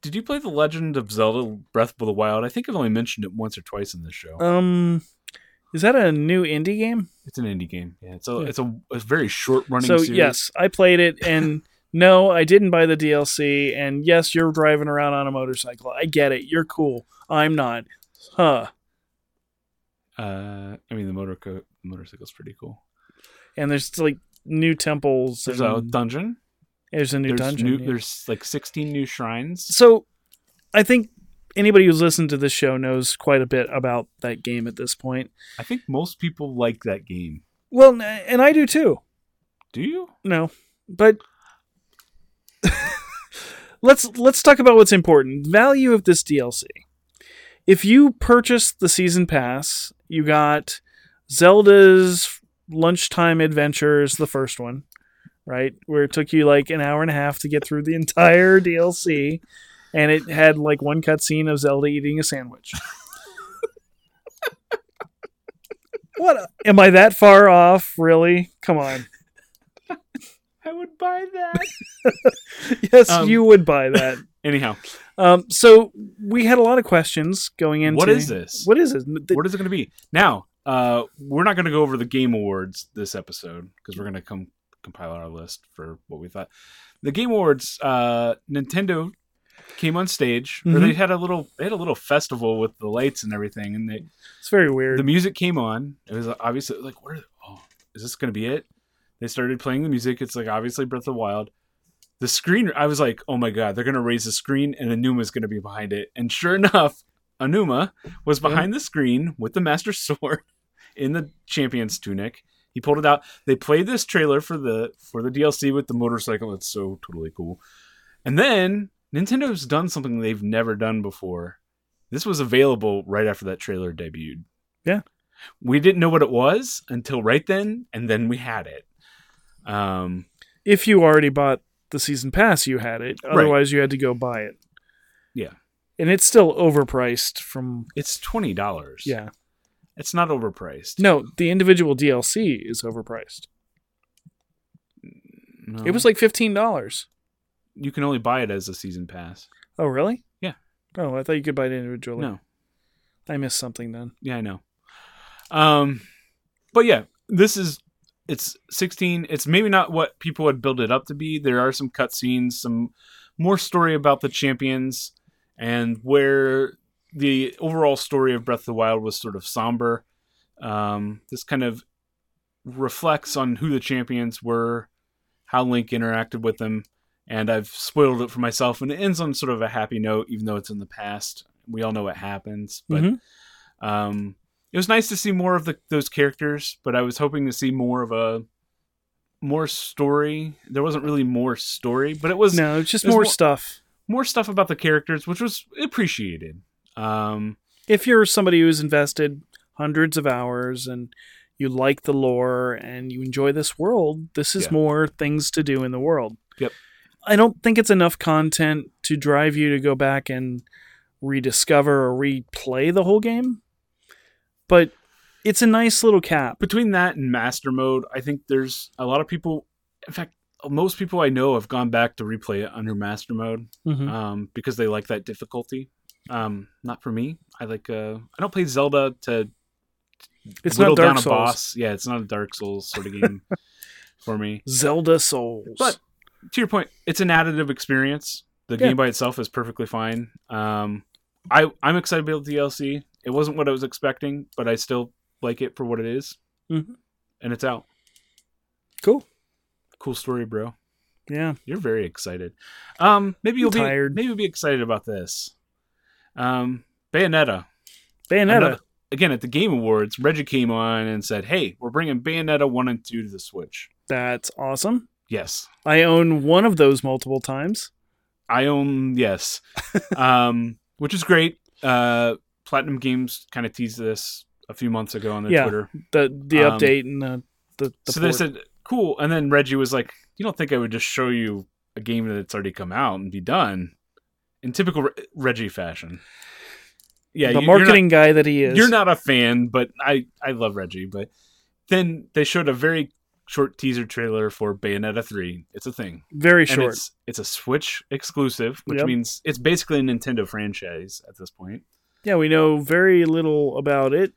A: Did you play The Legend of Zelda: Breath of the Wild? I think I've only mentioned it once or twice in this show.
B: Um, is that a new indie game?
A: it's an indie game. Yeah, it's a
B: Yeah.
A: it's a, a very short running.
B: so
A: series.
B: yes, I played it,
A: (laughs)
B: and no, I didn't buy the DLC. And yes, you're driving around on a motorcycle. I get it. You're cool. I'm not. Huh.
A: Uh, I mean the motor co- motorcycle's pretty cool.
B: And there's like new temples.
A: There's a
B: and
A: dungeon.
B: there's a Um, new
A: there's
B: dungeon.
A: New,
B: yeah.
A: There's like 16 new shrines.
B: so I think anybody who's listened to this show knows quite a bit about that game at this point.
A: I think most people like that game.
B: Well, n- and I do too.
A: Do you?
B: No, but (laughs) let's let's talk about what's important. Value of this DLC. If you purchased the season pass, you got Zelda's lunchtime adventures, the first one, right? Where it took you like an hour and a half to get through the (laughs) entire DLC, and it had like one cutscene of Zelda eating a sandwich. (laughs) what a- am I that far off? Really? Come on.
A: I would buy that.
B: Yes,
A: Um,
B: you would buy that.
A: Anyhow,
B: (laughs) um, so we had a lot of questions going into
A: what is this?
B: What is it? The-
A: what is it going to be? Now, uh, we're not going to go over the game awards this episode because we're going to come compile our list for what we thought. The game awards, uh, Nintendo came on stage, or
B: Mm-hmm.
A: they had a little, they had a little festival with the lights and everything, and they
B: It's very weird.
A: the music came on. It was obviously like, what are oh, is this going to be it? They started playing the music. It's like obviously Breath of the Wild. The screen, I was like, oh my god, they're going to raise the screen and Anuma's going to be behind it. And sure (laughs) enough, (laughs) Anuma was behind the screen with the Master Sword in the champion's tunic. He pulled it out. They played this trailer for the for the DLC with the motorcycle. It's so totally cool. And then Nintendo's done something they've never done before. This was available right after that trailer debuted.
B: Yeah.
A: We didn't know what it was until right then, and then we had it. Um,
B: If you already bought the season pass, you had it.
A: Right.
B: Otherwise, you had to go buy it.
A: Yeah.
B: And it's still overpriced from
A: it's twenty dollars.
B: yeah.
A: it's not overpriced.
B: No, the individual DLC is overpriced.
A: No.
B: It was like fifteen dollars.
A: you can only buy it as a season pass.
B: Oh, really?
A: Yeah.
B: Oh, I thought you could buy it individually.
A: No,
B: I missed something then.
A: yeah, I know. Um, but yeah, this is it's sixteen. It's maybe not what people had built it up to be. There are some cutscenes, some more story about the champions, and where the overall story of Breath of the Wild was sort of somber. Um, this kind of reflects on who the champions were, how Link interacted with them, and I've spoiled it for myself. And it ends on sort of a happy note, even though it's in the past. We all know what happens, but
B: Mhm.
A: um, it was nice to see more of the, those characters. But I was hoping to see more of a more story. There wasn't really more story, but it was
B: No, it's just
A: there's
B: more
A: more-
B: stuff.
A: more stuff about the characters, which was appreciated. Um,
B: If you're somebody who's invested hundreds of hours and you like the lore and you enjoy this world, this is
A: Yeah.
B: more things to do in the world.
A: Yep.
B: I don't think it's enough content to drive you to go back and rediscover or replay the whole game. But it's a nice little cap.
A: between that and master mode, I think there's a lot of people. In fact, most people I know have gone back to replay it under master mode
B: Mhm.
A: um, because they like that difficulty. Um, not for me. I like. Uh, I don't play Zelda to
B: It's
A: whittle
B: not
A: down
B: Dark
A: a
B: Souls.
A: boss. Yeah, it's not a Dark Souls sort of
B: (laughs)
A: game for me.
B: Zelda Souls.
A: But to your point, it's an additive experience. The
B: Yeah.
A: game by itself is perfectly fine. Um, I I'm excited about the DLC. It wasn't what I was expecting, but I still like it for what it is.
B: Mhm.
A: and it's out.
B: cool.
A: Cool story, bro.
B: Yeah.
A: You're very excited. Um, maybe you'll be
B: tired.
A: maybe you'll be excited about this. Um, Bayonetta.
B: Bayonetta.
A: Another- again, at the Game Awards, Reggie came on and said, "Hey, we're bringing Bayonetta one and two to the Switch."
B: That's awesome.
A: Yes,
B: I own one of those multiple times.
A: I own yes, um, which is great. Uh, Platinum Games kind of teased this a few months ago on their
B: Yeah,
A: Twitter,
B: The the
A: Um,
B: update and the the, the
A: so
B: port.
A: they said cool, and then Reggie was like, "You don't think I would just show you a game that's already come out and be done?" In typical Re- Reggie fashion. Yeah,
B: the
A: you- you're not-
B: marketing guy that he is.
A: You're not a fan, but I I love Reggie. But then they showed a very short teaser trailer for Bayonetta three. It's a thing.
B: very
A: And
B: short.
A: it's it's a Switch exclusive, which
B: Yep.
A: means it's basically a Nintendo franchise at this point,
B: Yeah, we know very little about it.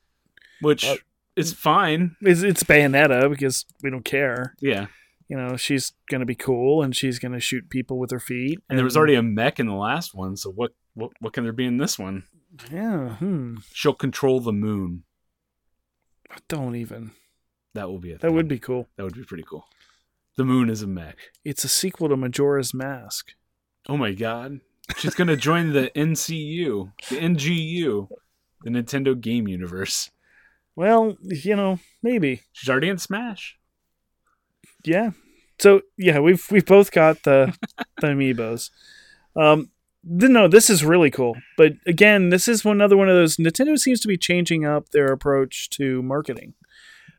A: which
B: Uh,
A: is fine.
B: It's, it's Bayonetta because we don't care.
A: Yeah,
B: You know, she's gonna be cool and she's gonna shoot people with her feet.
A: and there was already a mech in the last one, so what what what can there be in this one?
B: yeah. Hmm.
A: She'll control the moon.
B: Don't even.
A: That will be it.
B: That would be cool.
A: that would be pretty cool. The moon is a mech.
B: It's a sequel to Majora's Mask.
A: Oh my god. She's gonna join the (laughs) NCU, the NGU, the Nintendo Game Universe.
B: Well, you know, maybe.
A: She's already in Smash.
B: Yeah. So yeah, we've we've both got the the amiibos. Um, th- no, this is really cool. But again, this is one another one of those Nintendo seems to be changing up their approach to marketing,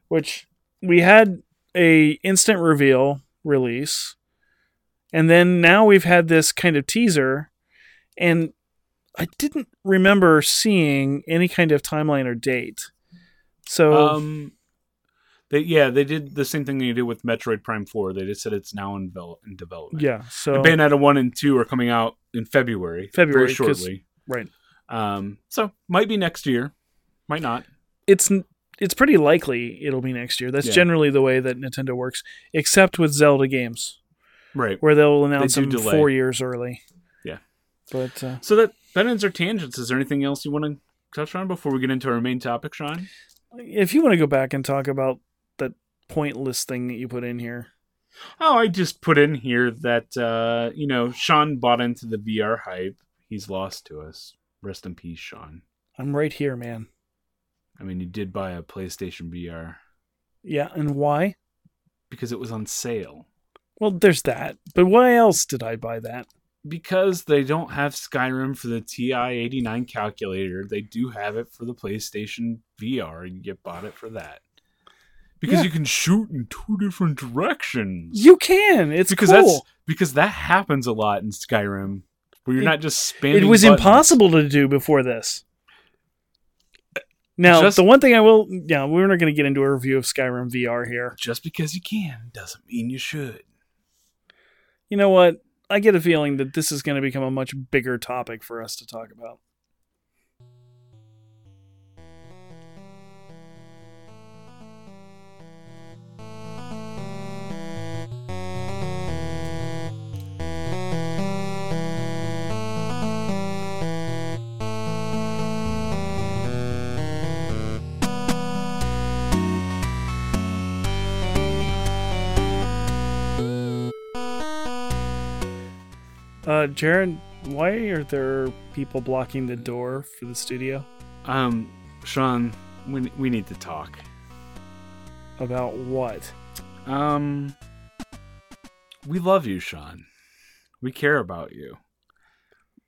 B: which we had a instant reveal release, and then now we've had this kind of teaser, and I didn't remember seeing any kind of timeline or date. So
A: Um, they yeah they did the same thing they did with Metroid Prime Four. They just said it's now in, devel- in development.
B: yeah, so
A: And Bayonetta one and two are coming out in February.
B: February,
A: very
B: 'cause-
A: shortly.
B: right.
A: Um, so might be next year, might not.
B: it's it's pretty likely it'll be next year. That's
A: Yeah.
B: generally the way that Nintendo works, except with Zelda games,
A: Right.
B: where they'll announce
A: do
B: them
A: delay.
B: four years early.
A: Yeah.
B: but uh,
A: So that that ends our tangents. Is there anything else you want to touch on before we get into our main topic, Sean?
B: if you want to go back and talk about that pointless thing that you put in here,
A: Oh, I just put in here that uh, you know Sean bought into the VR hype. He's lost to us. Rest in peace, Sean.
B: I'm right here, man.
A: I mean, you did buy a PlayStation VR.
B: Yeah, and why?
A: because it was on sale.
B: Well, there's that. But why else did I buy that?
A: Because they don't have Skyrim for the TI 89 calculator, they do have it for the PlayStation VR, and you bought it for that. Because
B: Yeah.
A: you can shoot in two different directions.
B: You can. It's
A: because
B: cool.
A: that's because that happens a lot in Skyrim, where you're
B: It-
A: not just spamming.
B: it was
A: buttons.
B: impossible to do before this. Now,
A: Just-
B: the one thing I will, yeah, we're not going to get into a review of Skyrim VR here.
A: Just because you can doesn't mean you should.
B: You know what? I get a feeling that this is going to become a much bigger topic for us to talk about. Uh, Jared, why are there people blocking the door for the studio?
A: Um, Sean, we we need to talk.
B: About what?
A: Um, we love you, Sean. We care about you.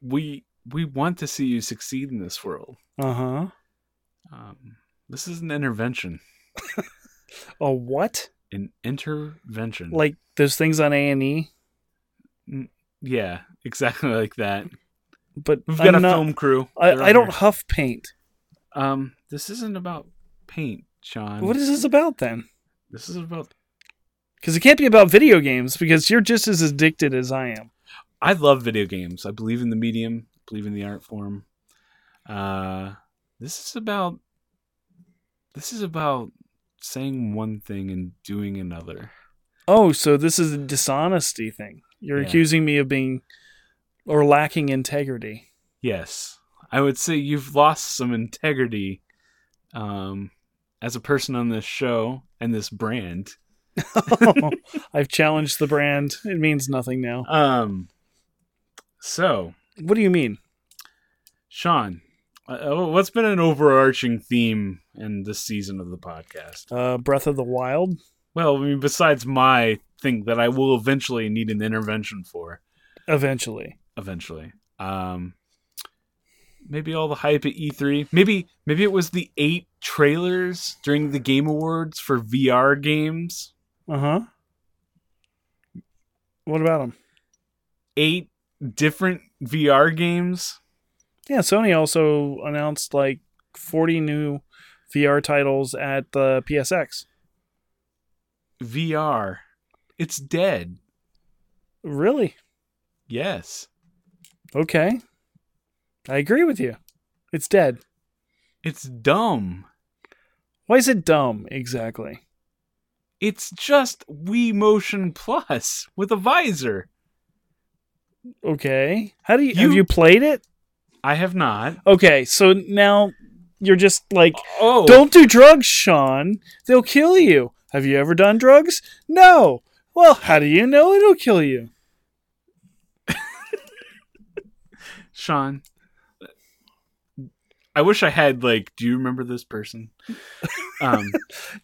A: We we want to see you succeed in this world.
B: Uh
A: Uh-huh.
B: huh.
A: Um, this is an intervention,
B: A what?
A: an intervention.
B: Like those things on A and E,
A: yeah, exactly (laughs) like that.
B: but
A: We've got
B: I'm
A: a
B: not-
A: film crew. They're
B: I, I
A: on
B: don't
A: here.
B: huff paint.
A: Um, this isn't about paint, Sean.
B: What is this about then?
A: This is about.
B: Because it can't be about video games because you're just as addicted as I am.
A: I love video games. I believe in the medium. Believe in the art form. Uh, this is about. This is about saying one thing and doing another.
B: Oh, so this is a dishonesty thing. You're
A: Yeah.
B: accusing me of being or lacking integrity.
A: Yes, I would say you've lost some integrity, um, as a person on this show and this brand.
B: (laughs) I've challenged the brand. It means nothing now.
A: Um, so
B: What do you mean?
A: Sean, uh, what's been an overarching theme in this season of the podcast?
B: Uh, Breath of the Wild?
A: Well, I mean, besides my thing that I will eventually need an intervention for,
B: Eventually.
A: eventually, um, maybe all the hype at E3, maybe maybe it was the eight trailers during the Game Awards for VR games,
B: Uh huh. What about them?
A: eight different VR games.
B: Yeah, Sony also announced like 40 new VR titles at the PSX.
A: VR, it's dead.
B: Really?
A: Yes,
B: Okay. I agree with you. It's dead.
A: it's dumb.
B: Why is it dumb exactly?
A: It's just Wii Motion Plus with a visor.
B: Okay. How do you,
A: You-
B: have you played it?
A: I have not.
B: Okay, so now you're just like
A: Oh,
B: don't do drugs, Sean. They'll kill you. Have you ever done drugs? No. Well, how do you know it'll kill you?
A: Sean. I wish I had like. Do you remember this person? Um,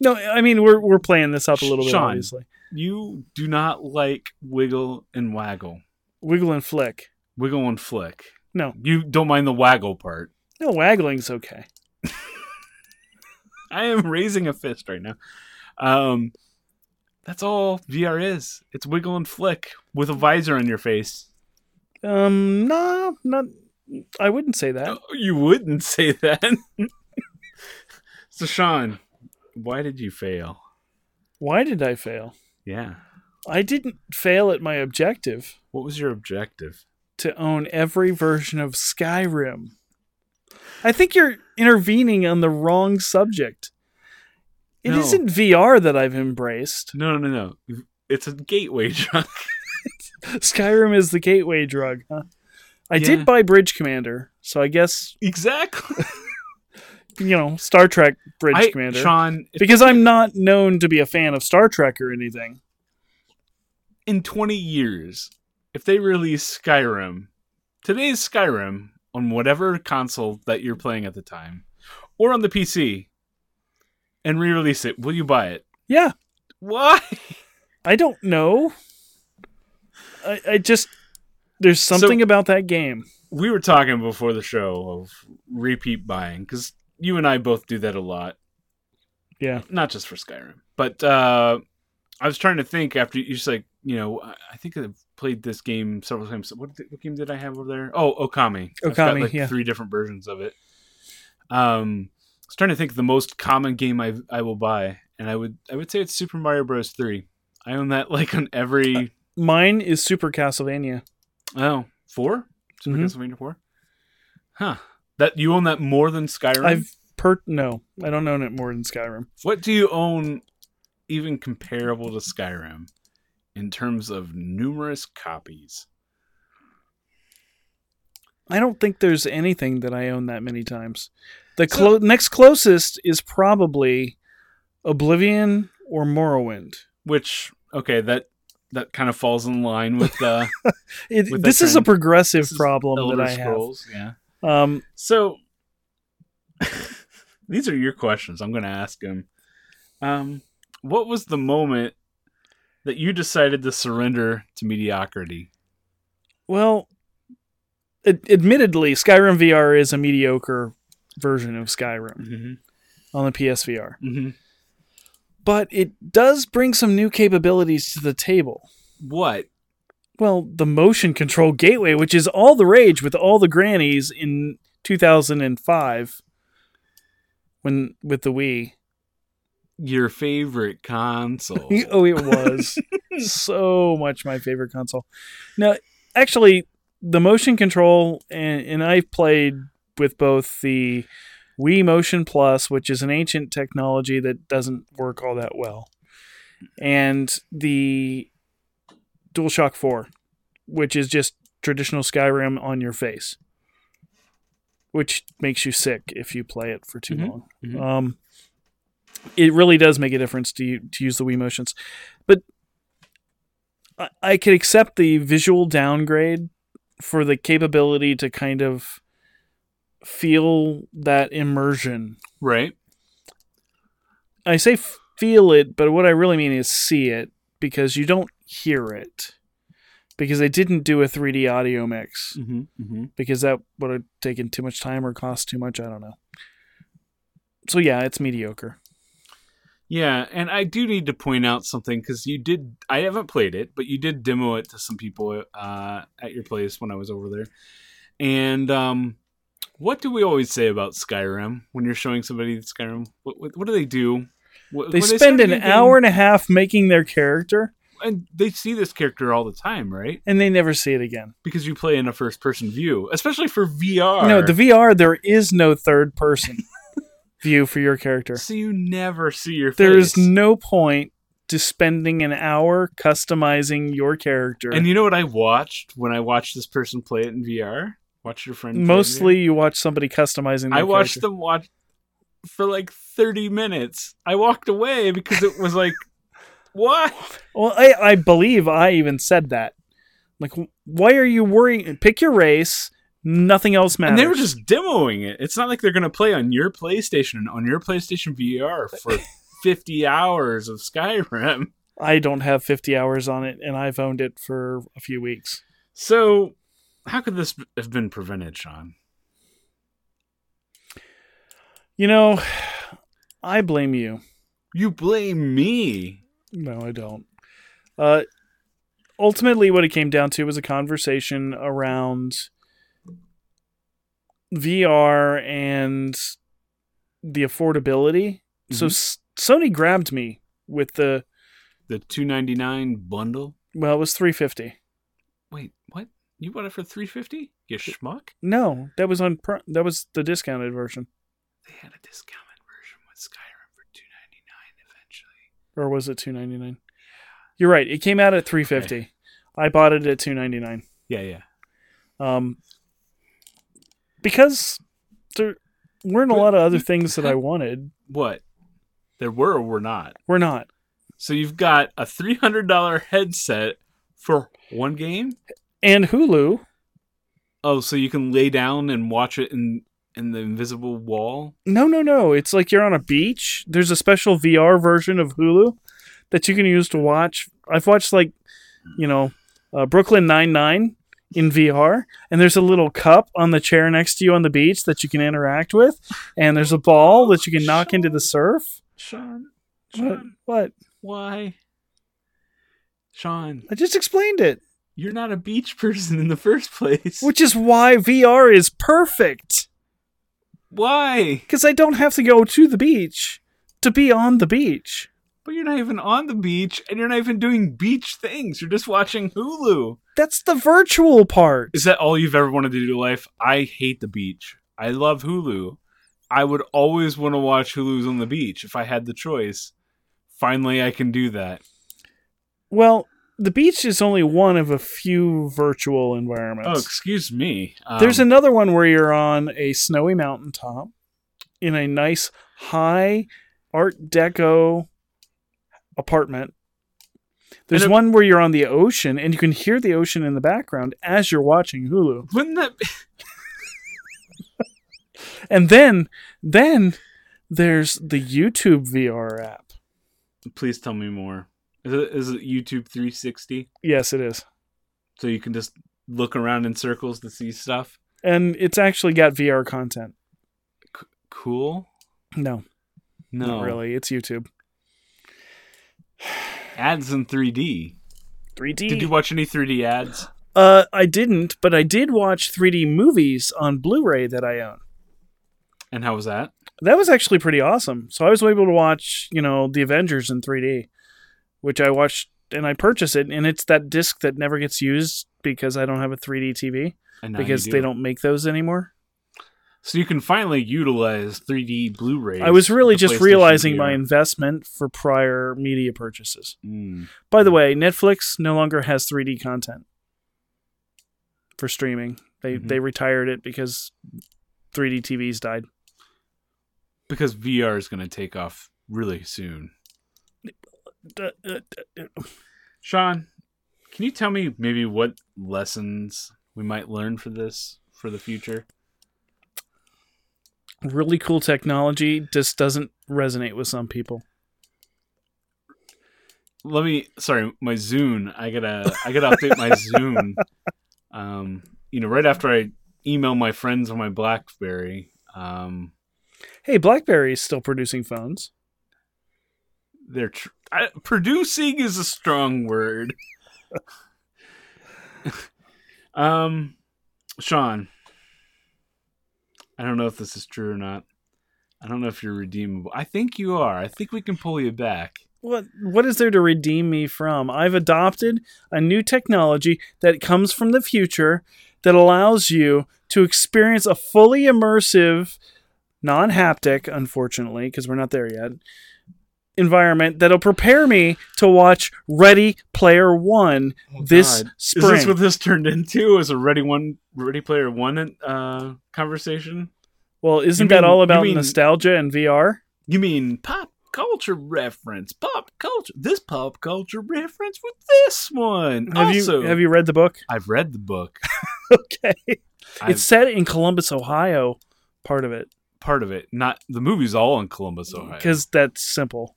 B: No, I mean we're we're playing this up a little bit
A: Sean.
B: obviously.
A: you do not like wiggle and waggle,
B: Wiggle and flick.
A: wiggle and flick.
B: No.
A: you don't mind the waggle part.
B: No, waggling's okay.
A: I am (laughs) raising a fist right now. Um, that's all VR is. It's wiggle and flick with a visor on your face.
B: Um, nah, not. I wouldn't say that.
A: No, Oh, you wouldn't (laughs) say that. so, Sean, why did you fail?
B: Why did I fail?
A: Yeah.
B: I didn't fail at my objective
A: What was your objective?
B: to own every version of Skyrim. I think you're intervening on the wrong subject. It
A: No.
B: not VR that I've embraced.
A: No, no, no. It's a gateway (laughs) drug.
B: (laughs) Skyrim is the gateway drug. Huh? I
A: Yeah.
B: did buy Bridge Commander, so I guess
A: exactly.
B: you know Star Trek Bridge
A: I,
B: Commander
A: Sean, if
B: because I'm not known to be a fan of Star Trek or anything.
A: in 20 years, if they release Skyrim, today's Skyrim on whatever console that you're playing at the time, or on the PC, and re release it, will you buy it?
B: Yeah,
A: Why?
B: I don't know. I, I just there's something about that game.
A: We were talking before the show of repeat buying because you and I both do that a lot.
B: Yeah.
A: Not just for Skyrim, but uh, I was trying to think after you just like you know I I think I've played this game several times. What, did- what game did I have over there? Oh, Okami. I've got,
B: Okami,
A: like
B: yeah.
A: three different versions of it. Um, I was trying to think of the most common game I I will buy, and I would I would say it's Super Mario Bros. Three. I own that like on
B: Uh,
A: every
B: Mine is Super Castlevania.
A: oh four Super
B: Mhm.
A: Castlevania four. Huh. That you own that more than Skyrim.
B: I've per no, I don't own it more than Skyrim.
A: What do you own even comparable to Skyrim in terms of numerous copies?
B: I don't think there's anything that I own that many times. The clo- next closest is probably Oblivion or Morrowind.
A: Which okay, that that kind of falls in line with
B: (laughs)
A: uh With
B: It,
A: that
B: this is a
A: trend.
B: progressive
A: this is
B: problem that
A: Elder
B: I
A: Scrolls, yeah.
B: have. Um,
A: So (laughs) these are your questions. I'm going to ask him. Um, what was the moment that you decided to surrender to mediocrity?
B: well, ad- admittedly, Skyrim VR is a mediocre version of Skyrim
A: Mm-hmm.
B: on the PSVR,
A: Mm-hmm.
B: but it does bring some new capabilities to the table.
A: What?
B: Well, the motion control gateway, which is all the rage with all the grannies in 2005 when with the Wii.
A: Your favorite
B: (laughs)
A: console? (laughs)
B: Oh, it was so much my favorite console. Now, actually, the motion control and, and I've played with both the Wii Motion Plus, which is an ancient technology that doesn't work all that well, and the DualShock 4, which is just traditional Skyrim on your face, which makes you sick if you play it for too
A: Mhm.
B: long.
A: Mhm.
B: Um, it really does make a difference to you, to use the Wii motions, but I, I could accept the visual downgrade for the capability to kind of feel that immersion.
A: right.
B: I say f- feel it, but what I really mean is see it because you don't hear it because they didn't do a 3D audio mix
A: Mm-hmm. Mm-hmm.
B: because that would have taken too much time or cost too much. I don't know. So yeah, it's mediocre.
A: Yeah, and I do need to point out something because you did. I haven't played it, but you did demo it to some people uh, at your place when I was over there. And um, what do we always say about Skyrim when you're showing somebody Skyrim? What, what, what do they do? What,
B: They
A: when
B: spend
A: start a
B: an
A: new game-
B: hour and a half making their character
A: and they see this character all the time, right?
B: and they never see it again.
A: Because you play in a first-person view, especially for VR.
B: No, the VR there is no third person
A: (laughs)
B: view for your character.
A: so you never see your
B: There is
A: face.
B: no point to spending an hour customizing your character.
A: and you know what I watched when I watched this person play it in VR? Watch your friend play it in VR?
B: Mostly, you watch somebody customizing. Their
A: I watched
B: character.
A: them watch for like 30 minutes. I walked away because it was
B: (laughs)
A: like, what?
B: Well, I, I believe I even said that. Like, why are you worrying? Pick your race. Nothing else matters.
A: And they were just demoing it. It's not like they're going to play on your PlayStation, on your PlayStation VR
B: (laughs)
A: for 50 hours of Skyrim.
B: I don't have 50 hours on it, and I've owned it for a few weeks.
A: So, how could this have been prevented, Sean?
B: You know, (sighs) I blame you.
A: You blame me.
B: No, I don't. Uh, ultimately, what it came down to was a conversation around VR and the affordability.
A: Mm-hmm.
B: So S- Sony grabbed me with the
A: The 299 bundle?
B: well, it was 350.
A: Wait, what? You bought it for 350? You schmuck?
B: No, that was on pr- that was the discounted version,
A: They had a discounted version with Skyrim for 299 eventually.
B: or was it 299? You're right. It came out at 350. I bought it at 299.
A: Yeah, yeah.
B: um, because there weren't a lot of other things that I wanted.
A: what there were or were not.
B: We're not.
A: So you've got a three hundred dollar headset for one game.
B: And Hulu,
A: Oh, so you can lay down and watch it in and the invisible wall.
B: No, no, no. It's like you're on a beach. There's a special VR version of Hulu that you can use to watch. I've watched like, you know, uh, Brooklyn Nine Nine in VR, and there's a little cup on the chair next to you on the beach that you can interact with, and there's a ball that you can knock into the surf.
A: Sean,
B: What?
A: Sean,
B: What?
A: why? Sean,
B: I just explained it,
A: you're not a beach person in the first place.
B: which is why VR is perfect
A: Why?
B: because I don't have to go to the beach to be on the beach.
A: But you're not even on the beach, and you're not even doing beach things. You're just watching Hulu.
B: That's the virtual part.
A: Is that all you've ever wanted to do in life? I hate the beach. I love Hulu. I would always want to watch Hulu's on the beach if I had the choice. Finally, I can do that.
B: Well, the beach is only one of a few virtual environments.
A: Oh, excuse me. Um,
B: There's another one where you're on a snowy mountaintop in a nice high art deco apartment. There's
A: And it-
B: one where you're on the ocean and you can hear the ocean in the background as you're watching Hulu.
A: wouldn't that be- (laughs)
B: And then then there's the YouTube VR app.
A: please tell me more? Is it, is it YouTube 360?
B: Yes, it is.
A: So you can just look around in circles to see stuff.
B: And it's actually got VR content.
A: C- cool.
B: No,
A: No,
B: not really. It's YouTube.
A: ads in 3D.
B: 3D.
A: Did you watch any 3D ads?
B: Uh, I didn't, but I did watch 3D movies on Blu-ray that I own.
A: And how was that?
B: That was actually pretty awesome. So I was able to watch, you know, The Avengers in 3D, which I watched and I purchased it, and it's that disc that never gets used because I don't have a 3D TV
A: And now you
B: because
A: do.
B: they don't make those anymore.
A: So you can finally utilize 3D Blu-rays.
B: I was really
A: with
B: just
A: PlayStation
B: realizing my
A: VR.
B: investment for prior media purchases.
A: Mm.
B: By the way, Netflix no longer has 3D content for streaming. They
A: Mhm.
B: they retired it because 3D TVs died.
A: because VR is going to take off really soon.
B: D- uh, d- uh,
A: Sean, can you tell me maybe what lessons we might learn for this for the future?
B: really cool technology just doesn't resonate with some people.
A: Let me. Sorry, my Zune. I gotta. I gotta update my (laughs) Zune. Um, you know, right after I email my friends on my BlackBerry, um,
B: Hey, BlackBerry is still producing phones.
A: they're tr- I, producing is a strong word. (laughs) um, Sean, I don't know if this is true or not. I don't know if you're redeemable. I think you are. I think we can pull you back.
B: What what is there to redeem me from? I've adopted a new technology that comes from the future that allows you to experience a fully immersive, non-haptic, unfortunately, because we're not there yet, environment that'll prepare me to watch Ready Player 1 this
A: Oh, God. Is
B: spring.
A: this what this turned into? Is a Ready One, Ready Player One uh, conversation?
B: well, isn't
A: You
B: that
A: mean-
B: all
A: you
B: about
A: mean-
B: nostalgia and VR?
A: You mean pop culture reference? Pop culture. This pop culture reference with this one.
B: Have
A: also,
B: you have you read the book? (laughs)
A: I've read the book.
B: Okay.
A: I've-
B: It's set in Columbus, Ohio, part of it,
A: part of it. Not the movie's all in Columbus, Ohio.
B: because that's simple.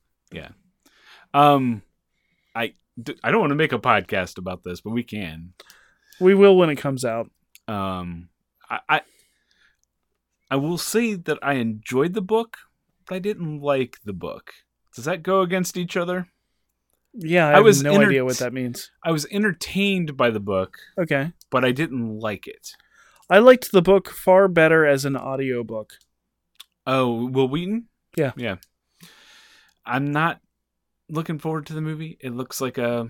A: um, I d- I don't want to make a podcast about this, but we can.
B: We will when it comes out.
A: Um, I I, I will say that I enjoyed the book, but I didn't like the book. Does that go against each other?
B: Yeah, I,
A: I
B: have
A: was
B: no
A: enter-
B: idea what that means.
A: I was entertained by the book,
B: Okay.
A: but I didn't like it.
B: I liked the book far better as an audiobook.
A: Oh, Will Wheaton?
B: Yeah.
A: Yeah. I'm not looking forward to the movie. It looks like a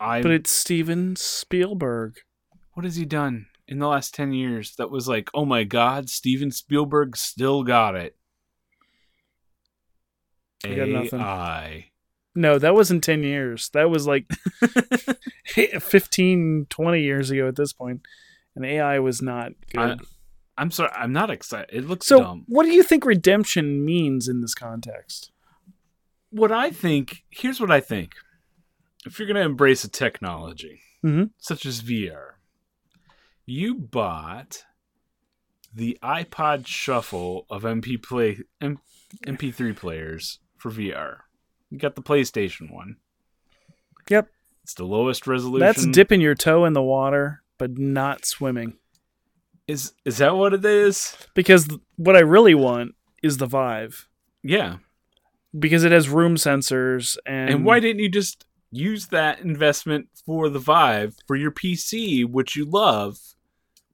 A: I
B: But it's Steven Spielberg.
A: what has he done in the last 10 years that was like, oh my God, Steven Spielberg still got it?
B: I got nothing.
A: AI.
B: No, that wasn't 10 years. That
A: (laughs)
B: was like (laughs) 15, 20 years ago at this point. And AI was not good.
A: I- I'm sorry, I'm not excited. It looks
B: so,
A: dumb.
B: what do you think redemption means in this context?
A: What I think, here's what I think. If you're going to embrace a
B: Mm-hmm.
A: technology
B: Mhm.
A: such as VR, you bought the iPod Shuffle of MP play M- MP3 players for VR. You got the PlayStation one.
B: Yep.
A: It's the lowest resolution.
B: That's dipping your toe in the water, but not swimming.
A: Is is that what it is?
B: Because th- what I really want is the Vive,
A: Yeah.
B: because it has room sensors and.
A: And why didn't you just use that investment for the Vive for your PC, which you love,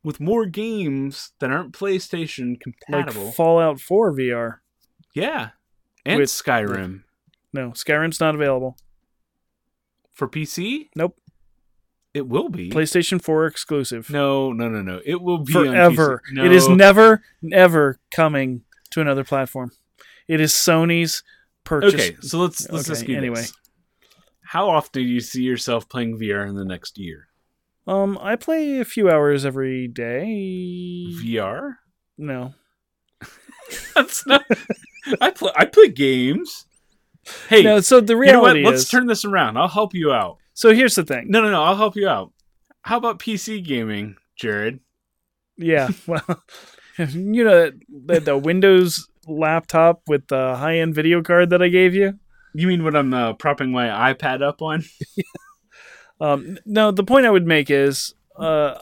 A: with more games that aren't PlayStation
B: like
A: compatible?
B: Fallout 4 VR?
A: yeah. And
B: With-
A: Skyrim
B: No, Skyrim's not available.
A: for PC?
B: Nope.
A: It will be.
B: PlayStation 4 exclusive.
A: no, no, no, no. It will be on PC.
B: Forever.
A: No.
B: It is never, ever coming to another platform. It is Sony's purchase.
A: Okay, so let's let's
B: Okay,
A: just do
B: anyway.
A: this. How often do you see yourself playing VR in the next year?
B: Um, I play a few hours every day.
A: VR?
B: No.
A: (laughs) That's not. I play. I play games. Hey,
B: No, so the
A: you know what?
B: reality
A: Let's
B: is.
A: turn this around. I'll help you out.
B: so here's the thing.
A: No, no, no. I'll help you out. How about PC gaming, Jared?
B: Yeah, (laughs) well, you know that the Windows laptop with the high-end video card that I gave you.
A: You mean what I'm uh, propping my iPad up on?
B: Um, no, the point I would make is uh,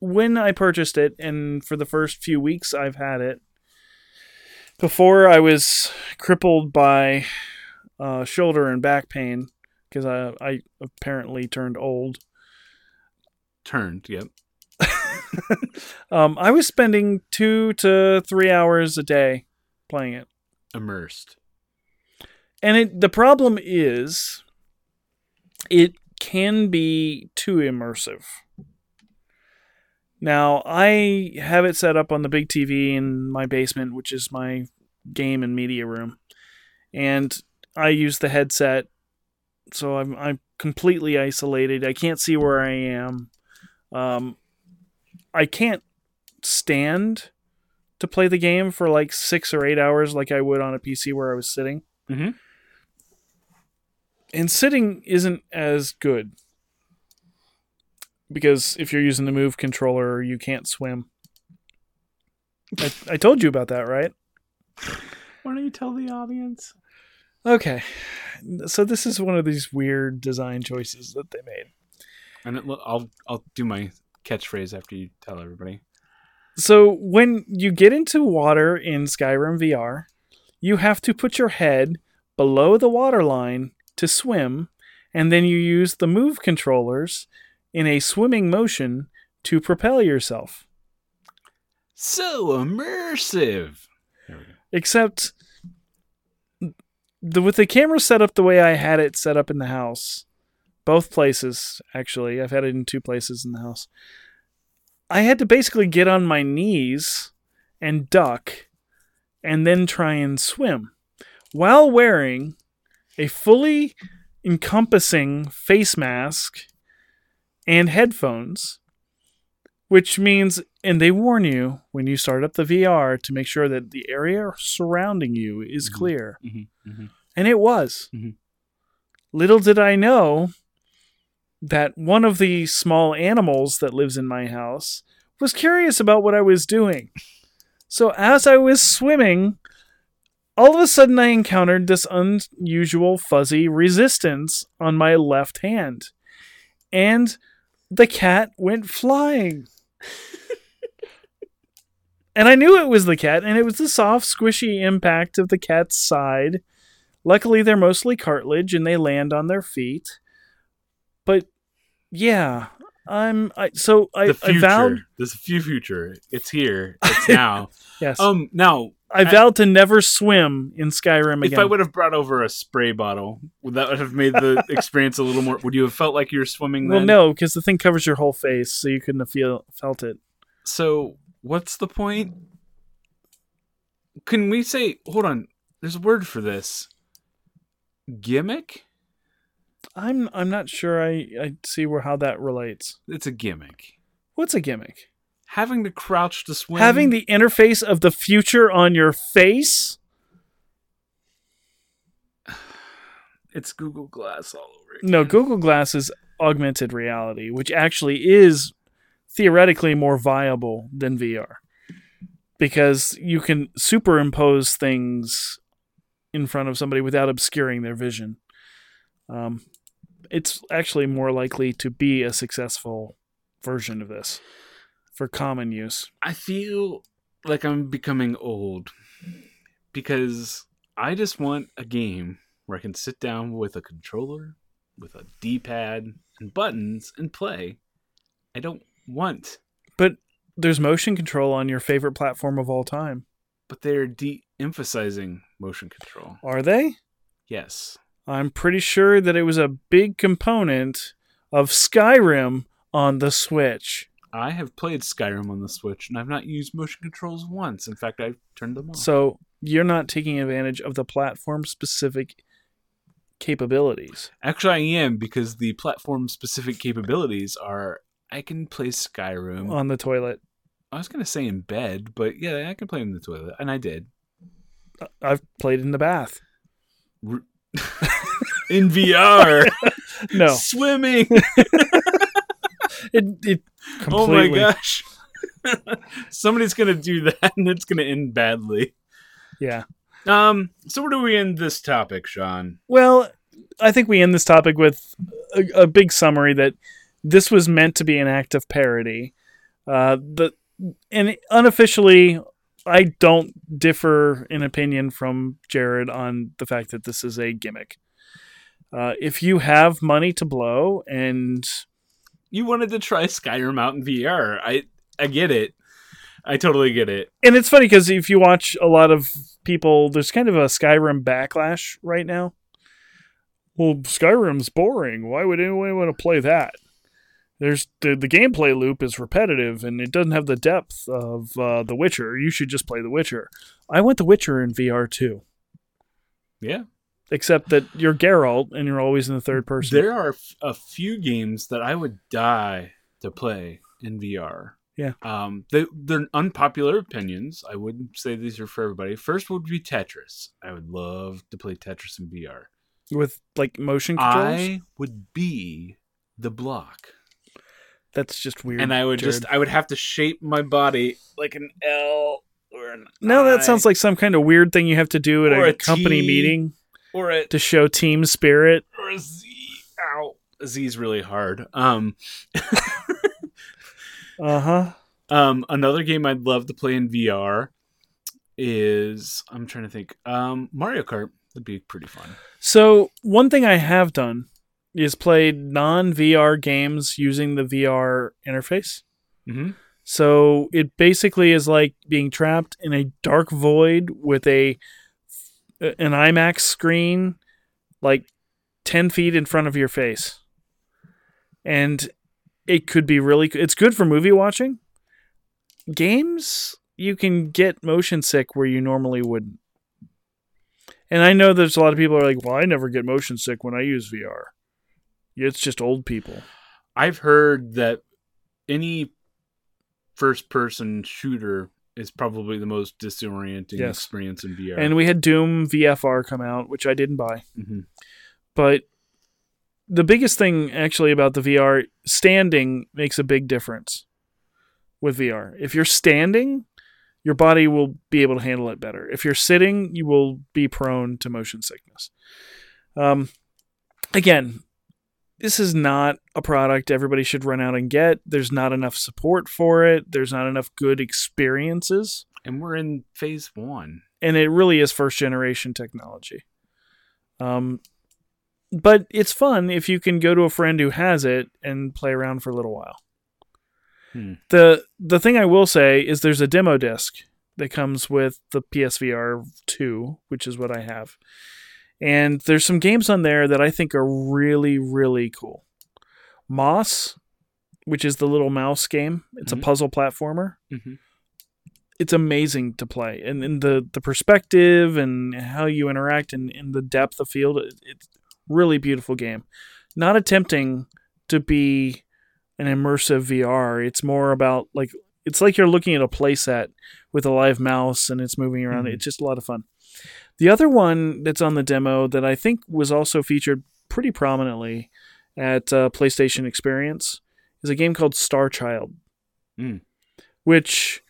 B: when I purchased it, and for the first few weeks I've had it. Before I was crippled by uh, shoulder and back pain because I, I apparently turned old.
A: Turned. Yep.
B: Um, I was spending two to three hours a day playing it.
A: Immersed.
B: And it, the problem is, it can be too immersive. Now, I have it set up on the big TV in my basement, which is my game and media room. And I use the headset, so I'm, I'm completely isolated. I can't see where I am. Um, I can't stand to play the game for like six or eight hours like I would on a PC where I was sitting and sitting isn't as good because if you're using the move controller you can't swim I, I told you about that right
A: Why don't you tell the audience?
B: okay so this is one of these weird design choices that they made
A: And it, I'll I'll do my catchphrase after you tell everybody.
B: so when you get into water in skyrim vr you have to put your head below the water line to swim and then you use the move controllers in a swimming motion to propel yourself
A: So immersive. There we go.
B: except the, with the camera set up the way I had it set up in the house, both places actually. I've had it in two places in the house. I had to basically get on my knees and duck, and then try and swim, while wearing a fully encompassing face mask and headphones which means and they warn you when you start up the VR to make sure that the area surrounding you is
A: Mhm.
B: clear.
A: Mhm,
B: Mm-hmm,
A: mhm.
B: And it was.
A: Mhm.
B: Little did I know that one of the small animals that lives in my house was curious about what I was doing. So as I was swimming, all of a sudden I encountered this unusual fuzzy resistance on my left hand. And the cat went
A: (laughs)
B: flying. and I knew it was the cat, and it was the soft, squishy impact of the cat's side Luckily, they're mostly cartilage and they land on their feet. But yeah, I'm I, so I,
A: the future.
B: I vowed
A: There's a few future. It's here. It's (laughs) now.
B: yes,
A: um. Now,
B: I vowed to never swim in Skyrim again.
A: if I would have brought over a spray bottle, would that have made
B: (laughs)
A: the experience a little more? Would you have felt like you were swimming?
B: well,
A: then?
B: no, because the thing covers your whole face, so you couldn't have feel felt it.
A: So what's the point? Can we say? Hold on. There's a word for this. Gimmick.
B: I'm I'm not sure I I see where how that relates.
A: It's a gimmick.
B: What's a gimmick?
A: Having to crouch to swim.
B: Having the interface of the future on your face.
A: it's Google Glass all over. Again.
B: No, Google Glass is augmented reality, which actually is theoretically more viable than VR. because you can superimpose things in front of somebody without obscuring their vision. Um, it's actually more likely to be a successful version of this for common use.
A: I feel like I'm becoming old because I just want a game where I can sit down with a controller, with a D pad, and buttons and play. I don't want,
B: But there's motion control on your favorite platform of all time.
A: but they're de emphasizing motion control.
B: Are they?
A: Yes.
B: I'm pretty sure that it was a big component of Skyrim on the Switch.
A: I have played Skyrim on the Switch and I've not used motion controls once. In fact, I've turned them off.
B: So you're not taking advantage of the platform specific capabilities.
A: Actually, I am because the platform specific capabilities are I can play Skyrim.
B: on the toilet.
A: I was going to say in bed, but yeah, I can play in the toilet. And I did.
B: I've played in the bath.
A: R- in (laughs) VR.
B: No,
A: Swimming.
B: it it
A: Oh my
B: completely.
A: gosh. (laughs) Somebody's going to do that and it's going to end badly.
B: Yeah.
A: Um, so where do we end this topic, Sean?
B: Well, I think we end this topic with a, a big summary that this was meant to be an act of parody. Uh, the and unofficially, I don't differ in opinion from Jared on the fact that this is a gimmick. Uh, if you have money to blow and
A: You wanted to try Skyrim out in VR. I I get it. I totally get it.
B: and it's funny because if you watch a lot of people, there's kind of a Skyrim backlash right now. Well, Skyrim's boring. Why would anyone want to play that? There's the, the gameplay loop is repetitive and it doesn't have the depth of uh, The Witcher. You should just play The Witcher. I want The Witcher in VR too,
A: Yeah.
B: except that you're Geralt and you're always in the third person.
A: There are f- a few games that I would die to play in VR.
B: Yeah.
A: Um, they, they're unpopular opinions. I wouldn't say these are for everybody. First would be Tetris. I would love to play Tetris in VR.
B: with like motion controls.
A: I would be the block.
B: That's just weird.
A: And I would
B: Jared.
A: just, I would have to shape my body like an L or an
B: now
A: I
B: that sounds like some kind of weird thing you have to do at
A: Or
B: a,
A: a
B: company
A: T.
B: meeting
A: or a
B: to show team spirit.
A: or a Z. Ow. A Z is really hard. Um,
B: Uh huh.
A: um, another game I'd love to play in VR is I'm trying to think. Um, Mario Kart would be pretty fun.
B: So one thing I have done is played non VR games using the VR interface.
A: Mm-hmm.
B: So it basically is like being trapped in a dark void with a an IMAX screen like ten feet in front of your face, and it could be really. It's good for movie watching. Games you can get motion sick where you normally wouldn't. And I know there's a lot of people who are like, "Well, I never get motion sick when I use VR. It's just old people."
A: I've heard that any first person shooter is probably the most disorienting
B: Yes.
A: experience in VR.
B: And we had Doom VFR come out, which I didn't buy.
A: Mhm.
B: but the biggest thing actually about the VR standing makes a big difference with VR. If you're standing, your body will be able to handle it better. If you're sitting, you will be prone to motion sickness. Um, again, this is not a product everybody should run out and get. There's not enough support for it. There's not enough good experiences
A: and we're in phase one.
B: and it really is first generation technology. Um, but it's fun if you can go to a friend who has it and play around for a little while.
A: Hmm.
B: The the thing I will say is there's a demo disc that comes with the PSVR 2, which is what I have. And there's some games on there that I think are really really cool. Moss, which is the little mouse game. It's
A: Mhm.
B: a puzzle platformer
A: Mm-hmm.
B: it's amazing to play and, and the the perspective and how you interact and, and the depth of field it- it's really beautiful game not attempting to be an immersive vr it's more about like it's like you're looking at a playset with a live mouse and it's moving around
A: Mhm.
B: it's just a lot of fun the other one that's on the demo that i think was also featured pretty prominently at uh, playstation experience is a game called star child
A: Mm.
B: which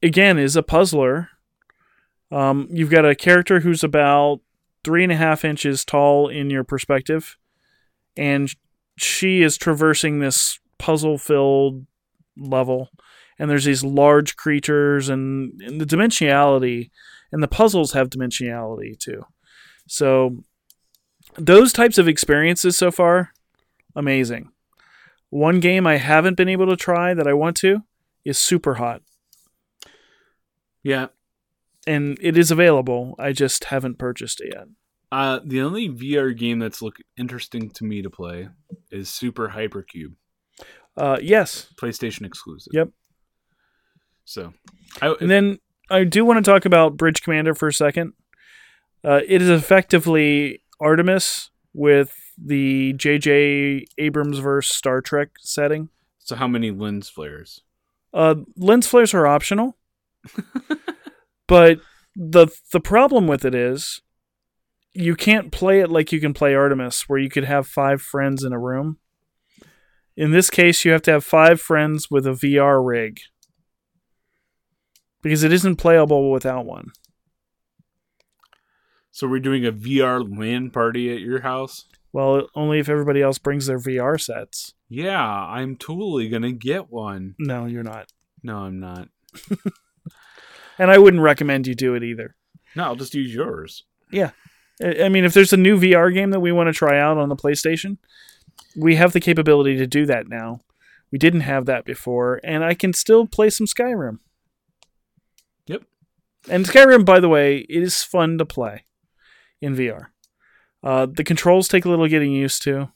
B: again is a puzzler. Um, you've got a character who's about three and a half inches tall in your perspective, and she is traversing this puzzle-filled level, and there's these large creatures and, and the dimensionality, and the puzzles have dimensionality too. So those types of experiences so far, amazing. One game I haven't been able to try that I want to is Super Hot,
A: Yeah.
B: and it is available. I just haven't purchased it yet.
A: Uh, the only VR game that's look interesting to me to play is Super Hypercube,
B: Uh, yes,
A: PlayStation exclusive.
B: Yep.
A: So, I,
B: and then I do want to talk about Bridge Commander for a second. Uh, it is effectively Artemis with the J.J. Abrams verse Star Trek setting.
A: so how many lens flares?
B: Uh, lens flares are optional, but the the problem with it is you can't play it like you can play Artemis, where you could have five friends in a room. In this case, you have to have five friends with a VR rig because it isn't playable without one.
A: So we're doing a VR LAN party at your house?
B: Well, only if everybody else brings their VR sets.
A: Yeah, I'm totally gonna get one.
B: No, you're not,
A: No, I'm not.
B: and I wouldn't recommend you do it either.
A: No, I'll just use yours.
B: I I mean, if there's a new VR game that we want to try out on the PlayStation, we have the capability to do that now. We didn't have that before, and I can still play some Skyrim.
A: Yep.
B: And Skyrim, by the way, it is fun to play in VR. Uh, the controls take a little getting used to.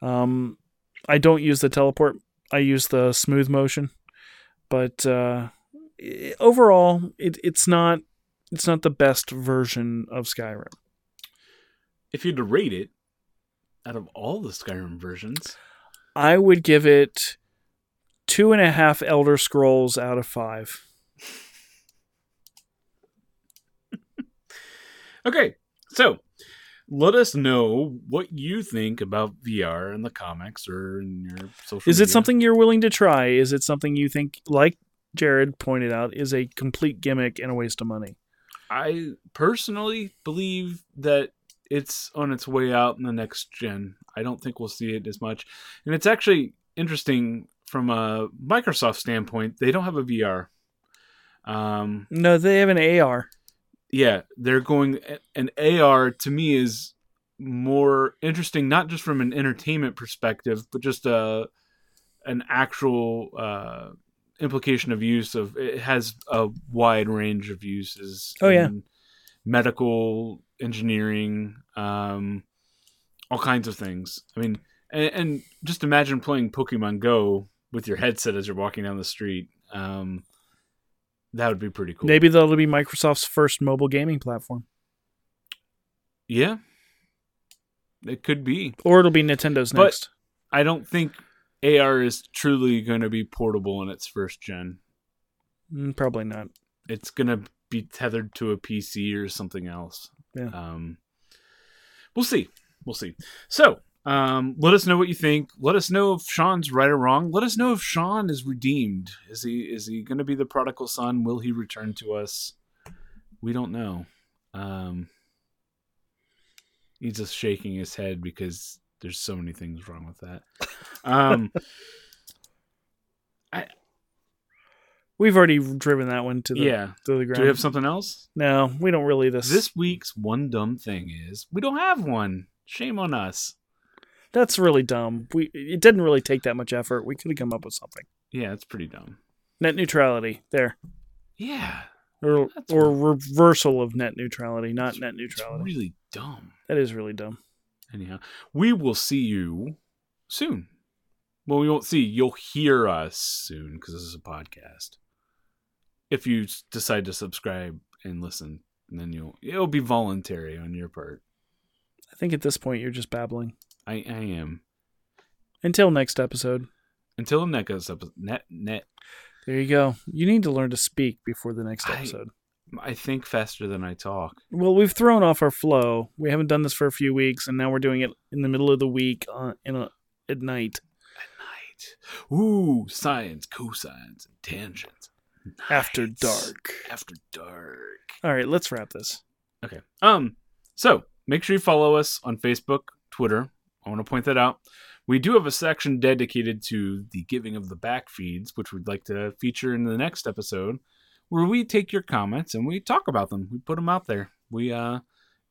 B: Um, I don't use the teleport. I use the smooth motion, but uh, i- overall, it, it's not it's not the best version of Skyrim.
A: If you had to rate it, out of all the Skyrim versions,
B: I would give it two and a half Elder Scrolls out of five.
A: Okay, so let us know what you think about VR in the comics or in your social.
B: Is it
A: media.
B: something you're willing to try? Is it something you think, like Jared pointed out, is a complete gimmick and a waste of money?
A: I personally believe that it's on its way out in the next gen. I don't think we'll see it as much, and it's actually interesting from a Microsoft standpoint. They don't have a VR. Um,
B: No, they have an AR.
A: yeah, they're going an AR to me is more interesting, not just from an entertainment perspective, but just a an actual uh, implication of use of it has a wide range of uses.
B: Oh, yeah.
A: in medical engineering, um, all kinds of things. I mean, and, and just imagine playing Pokemon Go with your headset as you're walking down the street. Um, that would be pretty cool.
B: Maybe that'll be Microsoft's first mobile gaming platform,
A: Yeah. It could be.
B: or it'll be Nintendo's
A: But-
B: next.
A: I don't think AR is truly going to be portable in its first gen.
B: Mm, probably not.
A: It's going to be tethered to a PC or something else.
B: Yeah.
A: Um, we'll see. We'll see. So, um, let us know what you think. Let us know if Sean's right or wrong. Let us know if Sean is redeemed. Is he is he going to be the prodigal son? Will he return to us? We don't know. Um, he's just shaking his head because there's so many things wrong with
B: (laughs)
A: that. Um,
B: We've already driven that one to the
A: yeah.
B: to the ground.
A: Do we have something else?
B: no, we don't really this.
A: This week's one dumb thing is we don't have one. Shame on us.
B: That's really dumb. We it didn't really take that much effort. We could have come up with something.
A: Yeah, it's pretty dumb.
B: Net neutrality. There.
A: Yeah,
B: or
A: That's
B: or reversal of net neutrality, not net
A: it's
B: neutrality.
A: really dumb.
B: that is really dumb.
A: Anyhow, we will see you soon. Well, we won't see. You'll hear us soon because this is a podcast. If you s- decide to subscribe and listen, and then you'll it'll be voluntary on your part.
B: I think at this point you're just babbling.
A: I I am
B: Until next episode.
A: until next episode. Net net.
B: There you go. You need to learn to speak before the next
A: I-
B: episode.
A: I think faster than I talk.
B: Well, we've thrown off our flow. We haven't done this for a few weeks, and now we're doing it in the middle of the week on, in a, at night.
A: Night. Ooh, science, cosines, and tangents.
B: After
A: Nights.
B: dark.
A: After dark.
B: All right, let's wrap this.
A: Okay. Um. So make sure you follow us on Facebook, Twitter. I want to point that out. We do have a section dedicated to the giving of the back feeds, which we'd like to feature in the next episode, where we take your comments and we talk about them. We put them out there. We uh,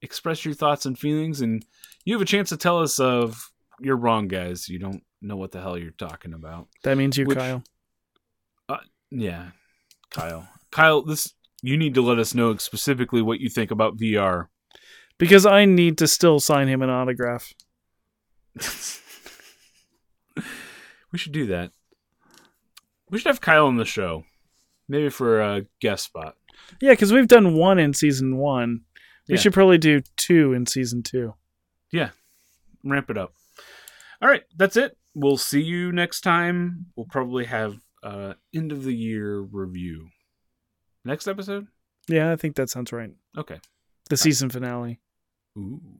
A: express your thoughts and feelings, and you have a chance to tell us of you're wrong, guys. You don't know what the hell you're talking about.
B: That means you,
A: Which-
B: Kyle.
A: Yeah, Kyle. Kyle, this you need to let us know specifically what you think about VR.
B: Because I need to still sign him an autograph.
A: we should do that. We should have Kyle on the show, maybe for a guest spot.
B: Yeah, because we've done one in season one. We
A: Yeah.
B: should probably do two in season two.
A: Ramp it up. All right, that's it. We'll see you next time. We'll probably have uh end of the year review. Next episode?
B: Yeah, I think that sounds right.
A: Okay.
B: The season finale.
A: Ooh.